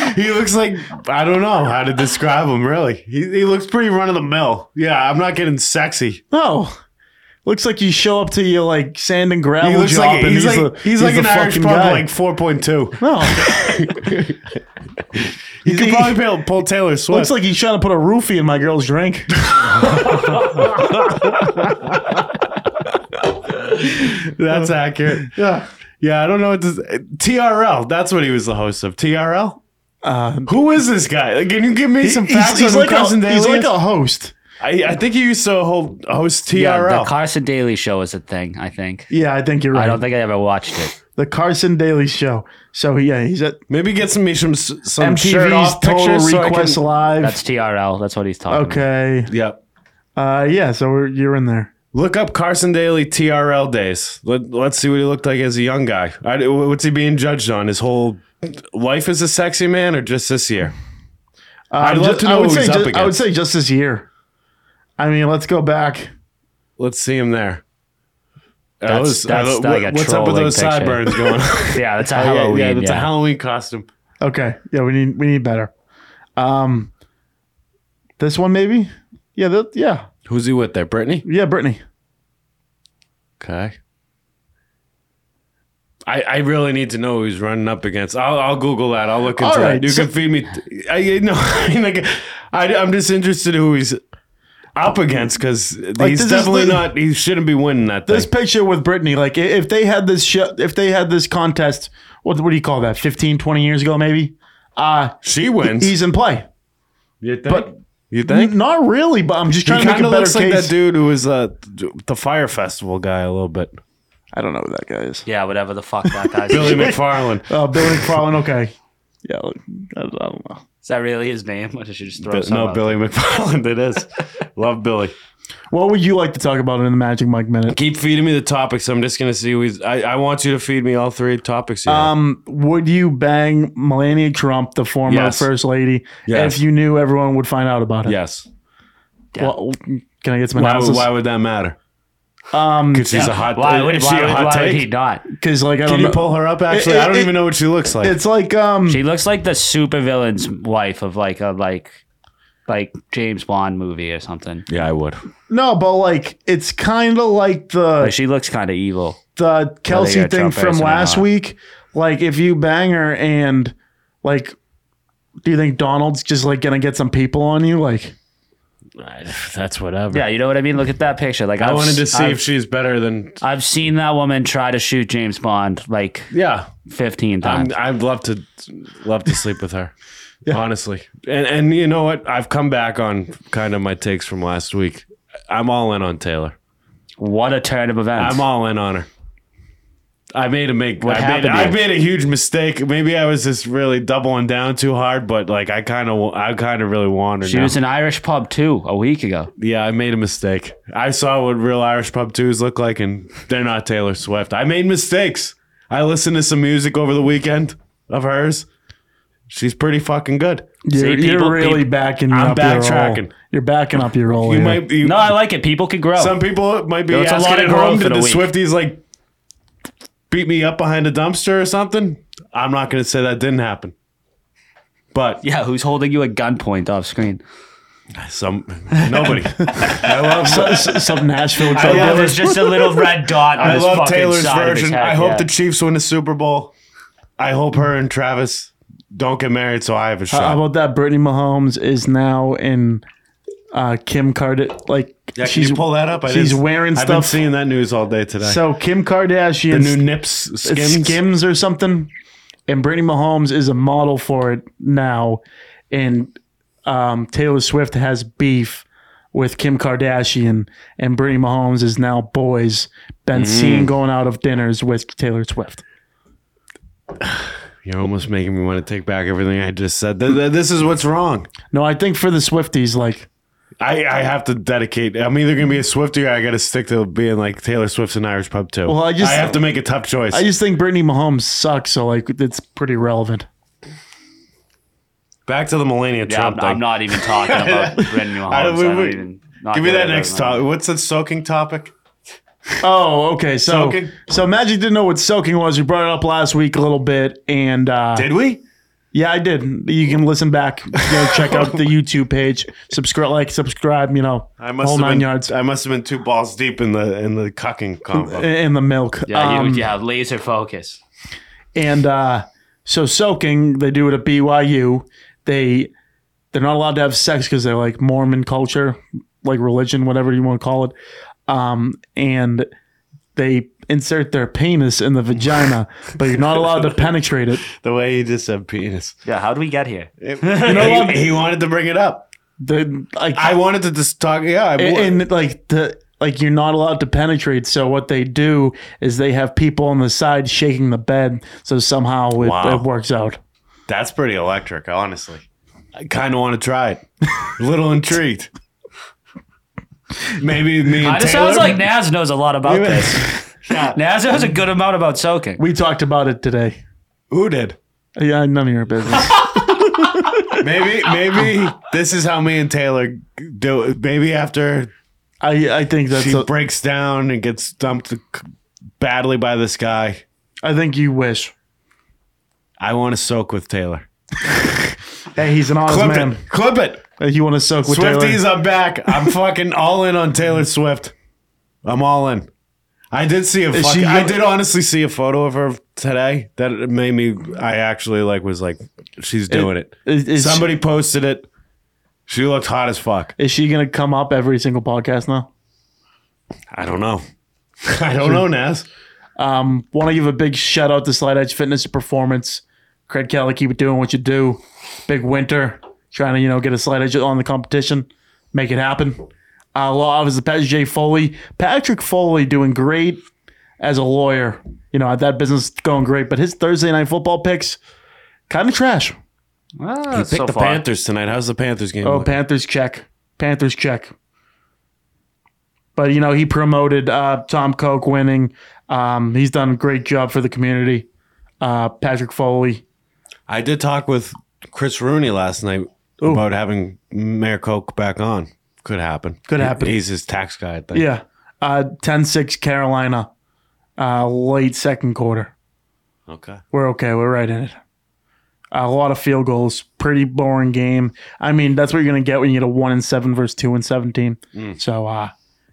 Speaker 3: would- he looks like I don't know how to describe him. Really, he, he looks pretty run of the mill. Yeah, I'm not getting sexy.
Speaker 1: No. Oh, Looks like you show up to your like sand and gravel
Speaker 3: He looks
Speaker 1: job
Speaker 3: like
Speaker 1: and
Speaker 3: he's, like
Speaker 1: the-
Speaker 3: he's, like
Speaker 1: the
Speaker 3: an Irish
Speaker 1: fucking
Speaker 3: pub
Speaker 1: guy.
Speaker 3: like 4.2.
Speaker 1: no.
Speaker 3: He could
Speaker 1: he-
Speaker 3: probably pull, pull Taylor Swift.
Speaker 1: Looks like he's trying to put a roofie in my girl's drink.
Speaker 3: That's accurate.
Speaker 1: Yeah.
Speaker 3: Yeah, I don't know what this TRL. That's what he was the host of. TRL. Who is this guy? Like, Can you give me some facts on
Speaker 1: like
Speaker 3: who Carson
Speaker 1: a,
Speaker 3: Daly?
Speaker 1: Um, he's like
Speaker 3: is?
Speaker 1: a host.
Speaker 3: I, I think he used to hold, host TRL.
Speaker 2: Yeah, the Carson Daly show is a thing. I think.
Speaker 1: Yeah, I think you're right.
Speaker 2: I don't think I ever watched it.
Speaker 1: the Carson Daily Show. So yeah, he's at
Speaker 3: Maybe get some me some some shirt
Speaker 1: MTV's
Speaker 3: off
Speaker 1: Total
Speaker 3: pictures. so I
Speaker 1: Request
Speaker 3: can-
Speaker 1: Live.
Speaker 2: That's TRL. That's what he's talking. about.
Speaker 1: okay.
Speaker 3: Yep.
Speaker 1: Uh, yeah, so we're, you're in there.
Speaker 3: Look up Carson Daly TRL days. Let, let's see what he looked like as a young guy. I, what's he being judged on? His whole life as a sexy man, or just this year?
Speaker 1: Uh,
Speaker 3: I'd love to know
Speaker 1: I would
Speaker 3: who
Speaker 1: say
Speaker 3: he's up
Speaker 1: ju- I would
Speaker 3: against.
Speaker 1: say just this year. I mean, let's go back.
Speaker 3: Let's see him there. That
Speaker 2: That's-
Speaker 3: was- I
Speaker 2: that's
Speaker 3: don't-
Speaker 2: like a
Speaker 3: what- what's up with
Speaker 2: trolling
Speaker 3: those
Speaker 2: picture.
Speaker 3: sideburns going? on?
Speaker 2: Yeah, that's a
Speaker 3: Oh, Yeah,
Speaker 2: Halloween.
Speaker 3: yeah,
Speaker 2: Yeah,
Speaker 3: that's a Halloween costume.
Speaker 1: Okay. Yeah, we need we need better. Um, this one maybe. Yeah. The, yeah.
Speaker 3: Who's he with there? Brittany.
Speaker 1: Yeah. Brittany.
Speaker 3: Okay. I, I really need to know who he's running up against. I'll, I'll Google that. I'll look into
Speaker 1: All
Speaker 3: it.
Speaker 1: right,
Speaker 3: You
Speaker 1: so-
Speaker 3: can feed me. I no. I mean, like, I, I'm just interested who he's up against because
Speaker 1: this
Speaker 3: he's
Speaker 1: is
Speaker 3: definitely
Speaker 1: the-
Speaker 3: not. He shouldn't be winning that
Speaker 1: This
Speaker 3: thing.
Speaker 1: picture with Brittany, like i- if they had this show, if they had this contest, what, what do you call that? 15, 20 years ago, maybe. Uh,
Speaker 3: She wins.
Speaker 1: he's in play.
Speaker 3: You think?
Speaker 1: But
Speaker 3: You think?
Speaker 1: Not really, but I'm just trying
Speaker 3: he
Speaker 1: to make
Speaker 3: kind
Speaker 1: a
Speaker 3: of
Speaker 1: better
Speaker 3: looks like
Speaker 1: case.
Speaker 3: that dude who was uh, the Fire Festival guy a little bit.
Speaker 1: I don't know who that guy is.
Speaker 2: Yeah, whatever the fuck that guy's.
Speaker 3: Billy McFarlane.
Speaker 1: Oh, Billy McFarlane. Okay.
Speaker 7: Yeah, I I don't know.
Speaker 2: Is that really his name? Or should just throw
Speaker 3: Bi-
Speaker 2: some
Speaker 3: no,
Speaker 2: out
Speaker 3: Billy McFarlane. It is. Love Billy.
Speaker 1: What would you like to talk about in the Magic Mike minute?
Speaker 3: Keep feeding me the topics. I'm just gonna see. We. I, I want you to feed me all three topics. Here.
Speaker 1: Um, would you bang Melania Trump, the former
Speaker 3: Yes.
Speaker 1: first lady,
Speaker 3: Yes.
Speaker 1: if you knew everyone would find out about it?
Speaker 3: yes.
Speaker 1: Well, can I get some
Speaker 3: Why, would-
Speaker 1: analysis?
Speaker 3: why would that matter?
Speaker 1: Um,
Speaker 3: Because she's a hot.
Speaker 2: Why, would,
Speaker 3: is
Speaker 2: why,
Speaker 3: she a
Speaker 2: would-
Speaker 3: hot
Speaker 2: why would
Speaker 3: take?
Speaker 2: he not?
Speaker 1: because like I
Speaker 3: Can
Speaker 1: don't
Speaker 3: you
Speaker 1: know.
Speaker 3: pull her up? Actually,
Speaker 1: It-
Speaker 3: I don't
Speaker 1: it-
Speaker 3: even know what she looks like.
Speaker 1: it's like um,
Speaker 2: She looks like the supervillain's wife of like a like like James Bond movie or something.
Speaker 3: Yeah, I would.
Speaker 1: no, but like it's kind of like the
Speaker 2: Like she looks kind of evil.
Speaker 3: Oh,
Speaker 1: the Kelsey
Speaker 2: got
Speaker 1: thing
Speaker 2: Trump
Speaker 1: from
Speaker 2: facing or
Speaker 1: last
Speaker 2: not.
Speaker 1: week. Like if you bang her and like, do you think Donald's just like gonna get some people on you? Like
Speaker 3: That's whatever.
Speaker 2: Yeah, you know what I mean. Look at that picture. Like
Speaker 3: I
Speaker 2: I've-
Speaker 3: wanted to see
Speaker 2: I've,
Speaker 3: if she's better than.
Speaker 2: I've seen that woman try to shoot James Bond like
Speaker 3: Yeah,
Speaker 2: fifteen
Speaker 3: I'm,
Speaker 2: times.
Speaker 3: I'd love to love to sleep with her. Honestly, and and you know what? I've come back on kind of my takes from last week. I'm all in on Taylor.
Speaker 2: what a turn of events!
Speaker 3: I'm all in on her. I made a make.
Speaker 2: What
Speaker 3: I, made,
Speaker 2: happened to
Speaker 3: I
Speaker 2: you?
Speaker 3: made a huge mistake. Maybe I was just really doubling down too hard, but like I kind of, I kind of really wanted.
Speaker 2: she was in Irish pub too a week ago.
Speaker 3: Yeah, I made a mistake. I saw what real Irish pub twos look like, and they're not Taylor Swift. I made mistakes. I listened to some music over the weekend of hers. She's pretty fucking good.
Speaker 1: you're,
Speaker 2: people-
Speaker 1: you're really
Speaker 2: people-
Speaker 1: backing.
Speaker 3: I'm
Speaker 1: up your role.
Speaker 3: backtracking.
Speaker 1: You're backing up your role.
Speaker 3: You
Speaker 1: here.
Speaker 3: might you,
Speaker 2: No, I like it. People can grow.
Speaker 3: some people might be
Speaker 2: That's Oh. a
Speaker 3: asking
Speaker 2: lot of
Speaker 3: at home,
Speaker 2: growth
Speaker 3: did
Speaker 2: in a
Speaker 3: the
Speaker 2: week.
Speaker 3: Swifties like beat me up behind a dumpster or something? I'm not going to say that didn't happen, but
Speaker 2: yeah, who's holding you at gunpoint off screen?
Speaker 3: some nobody. I love
Speaker 1: S- some Nashville
Speaker 3: I
Speaker 1: trouble.
Speaker 3: love-
Speaker 2: there's just a little red dot on
Speaker 3: Oh, I
Speaker 2: his
Speaker 3: love
Speaker 2: fucking
Speaker 3: Taylor's
Speaker 2: side of his
Speaker 3: version.
Speaker 2: head,
Speaker 3: I hope
Speaker 2: yeah.
Speaker 3: the Chiefs win the Super Bowl. I hope her and Travis don't get married, so I have a shot.
Speaker 1: Uh, How about that? Brittany Mahomes is now in uh, Kim Kardashian. Like
Speaker 3: yeah, can
Speaker 1: she's
Speaker 3: you pull that up? I
Speaker 1: she's
Speaker 3: didn't-
Speaker 1: wearing
Speaker 3: I've been
Speaker 1: stuff.
Speaker 3: seeing that news all day today.
Speaker 1: so Kim
Speaker 3: the
Speaker 1: Kardashian
Speaker 3: new Nips skins.
Speaker 1: Skims. Skims or something, and Brittany Mahomes is a model for it now, and um, Taylor Swift has beef with Kim Kardashian, and Brittany Mahomes is now boys been seen going out of dinners with Taylor Swift.
Speaker 3: You're almost making me want to take back everything I just said. Th- th- This is what's wrong.
Speaker 1: No, I think for the Swifties, like
Speaker 3: I, I have to dedicate. I'm either going to be a Swifty or I got to stick to being like Taylor Swift's an Irish pub too.
Speaker 1: Well, I just-
Speaker 3: I have to make a tough choice.
Speaker 1: I just think Brittany Mahomes sucks, so like it's pretty relevant.
Speaker 3: back to the Millennium
Speaker 2: Yeah,
Speaker 3: Trump
Speaker 2: I'm,
Speaker 3: thing.
Speaker 2: I'm not even talking about Brittany Mahomes. I
Speaker 3: I-
Speaker 2: don't,
Speaker 3: we- we-
Speaker 2: even. not
Speaker 3: Give me
Speaker 2: really
Speaker 3: that
Speaker 2: know
Speaker 3: next
Speaker 2: her
Speaker 3: topic. What's that soaking topic?
Speaker 1: Oh, okay. So
Speaker 3: Soaking?
Speaker 1: so Magic didn't know what soaking was. We brought it up last week a little bit, and uh,
Speaker 3: Did we?
Speaker 1: Yeah, I did. You can listen back. Go check out the YouTube page. Subscribe, like, subscribe. You know,
Speaker 3: I must
Speaker 1: whole
Speaker 3: have
Speaker 1: nine
Speaker 3: been,
Speaker 1: yards uh,
Speaker 3: I must have been two balls deep in the in the cucking combo.
Speaker 1: in the milk.
Speaker 2: Yeah, you,
Speaker 1: Um,
Speaker 2: yeah, laser focus.
Speaker 1: And uh, so soaking, they do it at BYU. They they're not allowed to have sex because they're like Mormon culture, like religion, whatever you want to call it. Um, and they insert their penis in the vagina, but you're not allowed to penetrate it.
Speaker 3: the way he just said penis.
Speaker 2: Yeah, how do we get here?
Speaker 3: he, he wanted to bring it up.
Speaker 1: The like
Speaker 3: I wanted to just talk. Yeah, I,
Speaker 1: A- and, like the like you're not allowed to penetrate so what they do is they have people on the side shaking the bed so somehow it,
Speaker 3: Wow.
Speaker 1: it works out
Speaker 3: that's pretty electric. Honestly, I kind of want to try it. A little intrigued. Maybe me and
Speaker 2: It
Speaker 3: Taylor.
Speaker 2: sounds like Naz knows a lot about
Speaker 3: Maybe-
Speaker 2: this. Naz knows a good amount about soaking.
Speaker 1: we talked about it today
Speaker 3: Who did?
Speaker 1: yeah none of your business
Speaker 3: Maybe maybe this is how me and Taylor do. it. Maybe after
Speaker 1: i i think that's
Speaker 3: she
Speaker 1: a,
Speaker 3: breaks down and gets dumped badly by this guy,
Speaker 1: i think you wish
Speaker 3: I want to soak with Taylor.
Speaker 1: hey he's an honest
Speaker 3: Clip
Speaker 1: man
Speaker 3: it. Clip it.
Speaker 1: If you want to soak with
Speaker 3: Swifties,
Speaker 1: Taylor.
Speaker 3: I'm back. I'm fucking all in on Taylor Swift. I'm all in. I did see a.
Speaker 1: Is
Speaker 3: Fuck,
Speaker 1: she-
Speaker 3: I did honestly see a photo of her today that it made me. I actually like was like, she's doing it.
Speaker 1: is, is she,
Speaker 3: Somebody posted it. She looked hot as fuck.
Speaker 1: is she gonna come up every single podcast now
Speaker 3: I don't know. I don't know, Naz.
Speaker 1: want to give a big shout out to Slide Edge Fitness and Performance. Craig Kelly, keep it doing what you do. Big winter. trying to you know get a slight edge on the competition, make it happen. Uh, law office of J. Foley, Patrick Foley doing great as a lawyer. You know that business going great, but his Thursday night football picks kind of trash.
Speaker 2: Ah,
Speaker 3: Pick
Speaker 2: so
Speaker 3: the
Speaker 2: far.
Speaker 3: Panthers tonight. How's the Panthers game?
Speaker 1: Oh,
Speaker 3: look?
Speaker 1: Panthers check. Panthers check. But you know he promoted uh, Tom Koch winning. Um, he's done a great job for the community. Uh, Patrick Foley.
Speaker 3: I did talk with Chris Rooney last night about having Mayor Koch back on. Could happen.
Speaker 1: Could happen.
Speaker 3: He's his tax guy. I think.
Speaker 1: Yeah. Uh, 10-6 Carolina. Uh, late second quarter.
Speaker 3: Okay.
Speaker 1: We're okay. We're right in it. A lot of field goals. Pretty boring game. I mean, that's what you're gonna get when you get a one and seven versus two and seventeen. So, uh,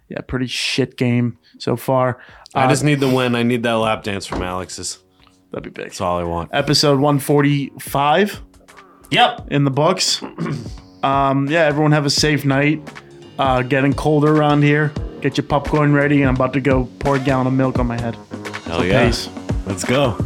Speaker 1: yeah, pretty shit game so far.
Speaker 3: I
Speaker 1: Uh,
Speaker 3: just need the win. I need that lap dance from Alex's.
Speaker 1: that'd be big.
Speaker 3: That's all I want.
Speaker 1: Episode one forty five.
Speaker 2: Yep.
Speaker 1: in the books. um, yeah, everyone have a safe night. Uh, getting colder around here. Get your popcorn ready, and I'm about to go pour a gallon of milk on my head.
Speaker 3: Hell yeah.
Speaker 1: Peace.
Speaker 3: Let's go.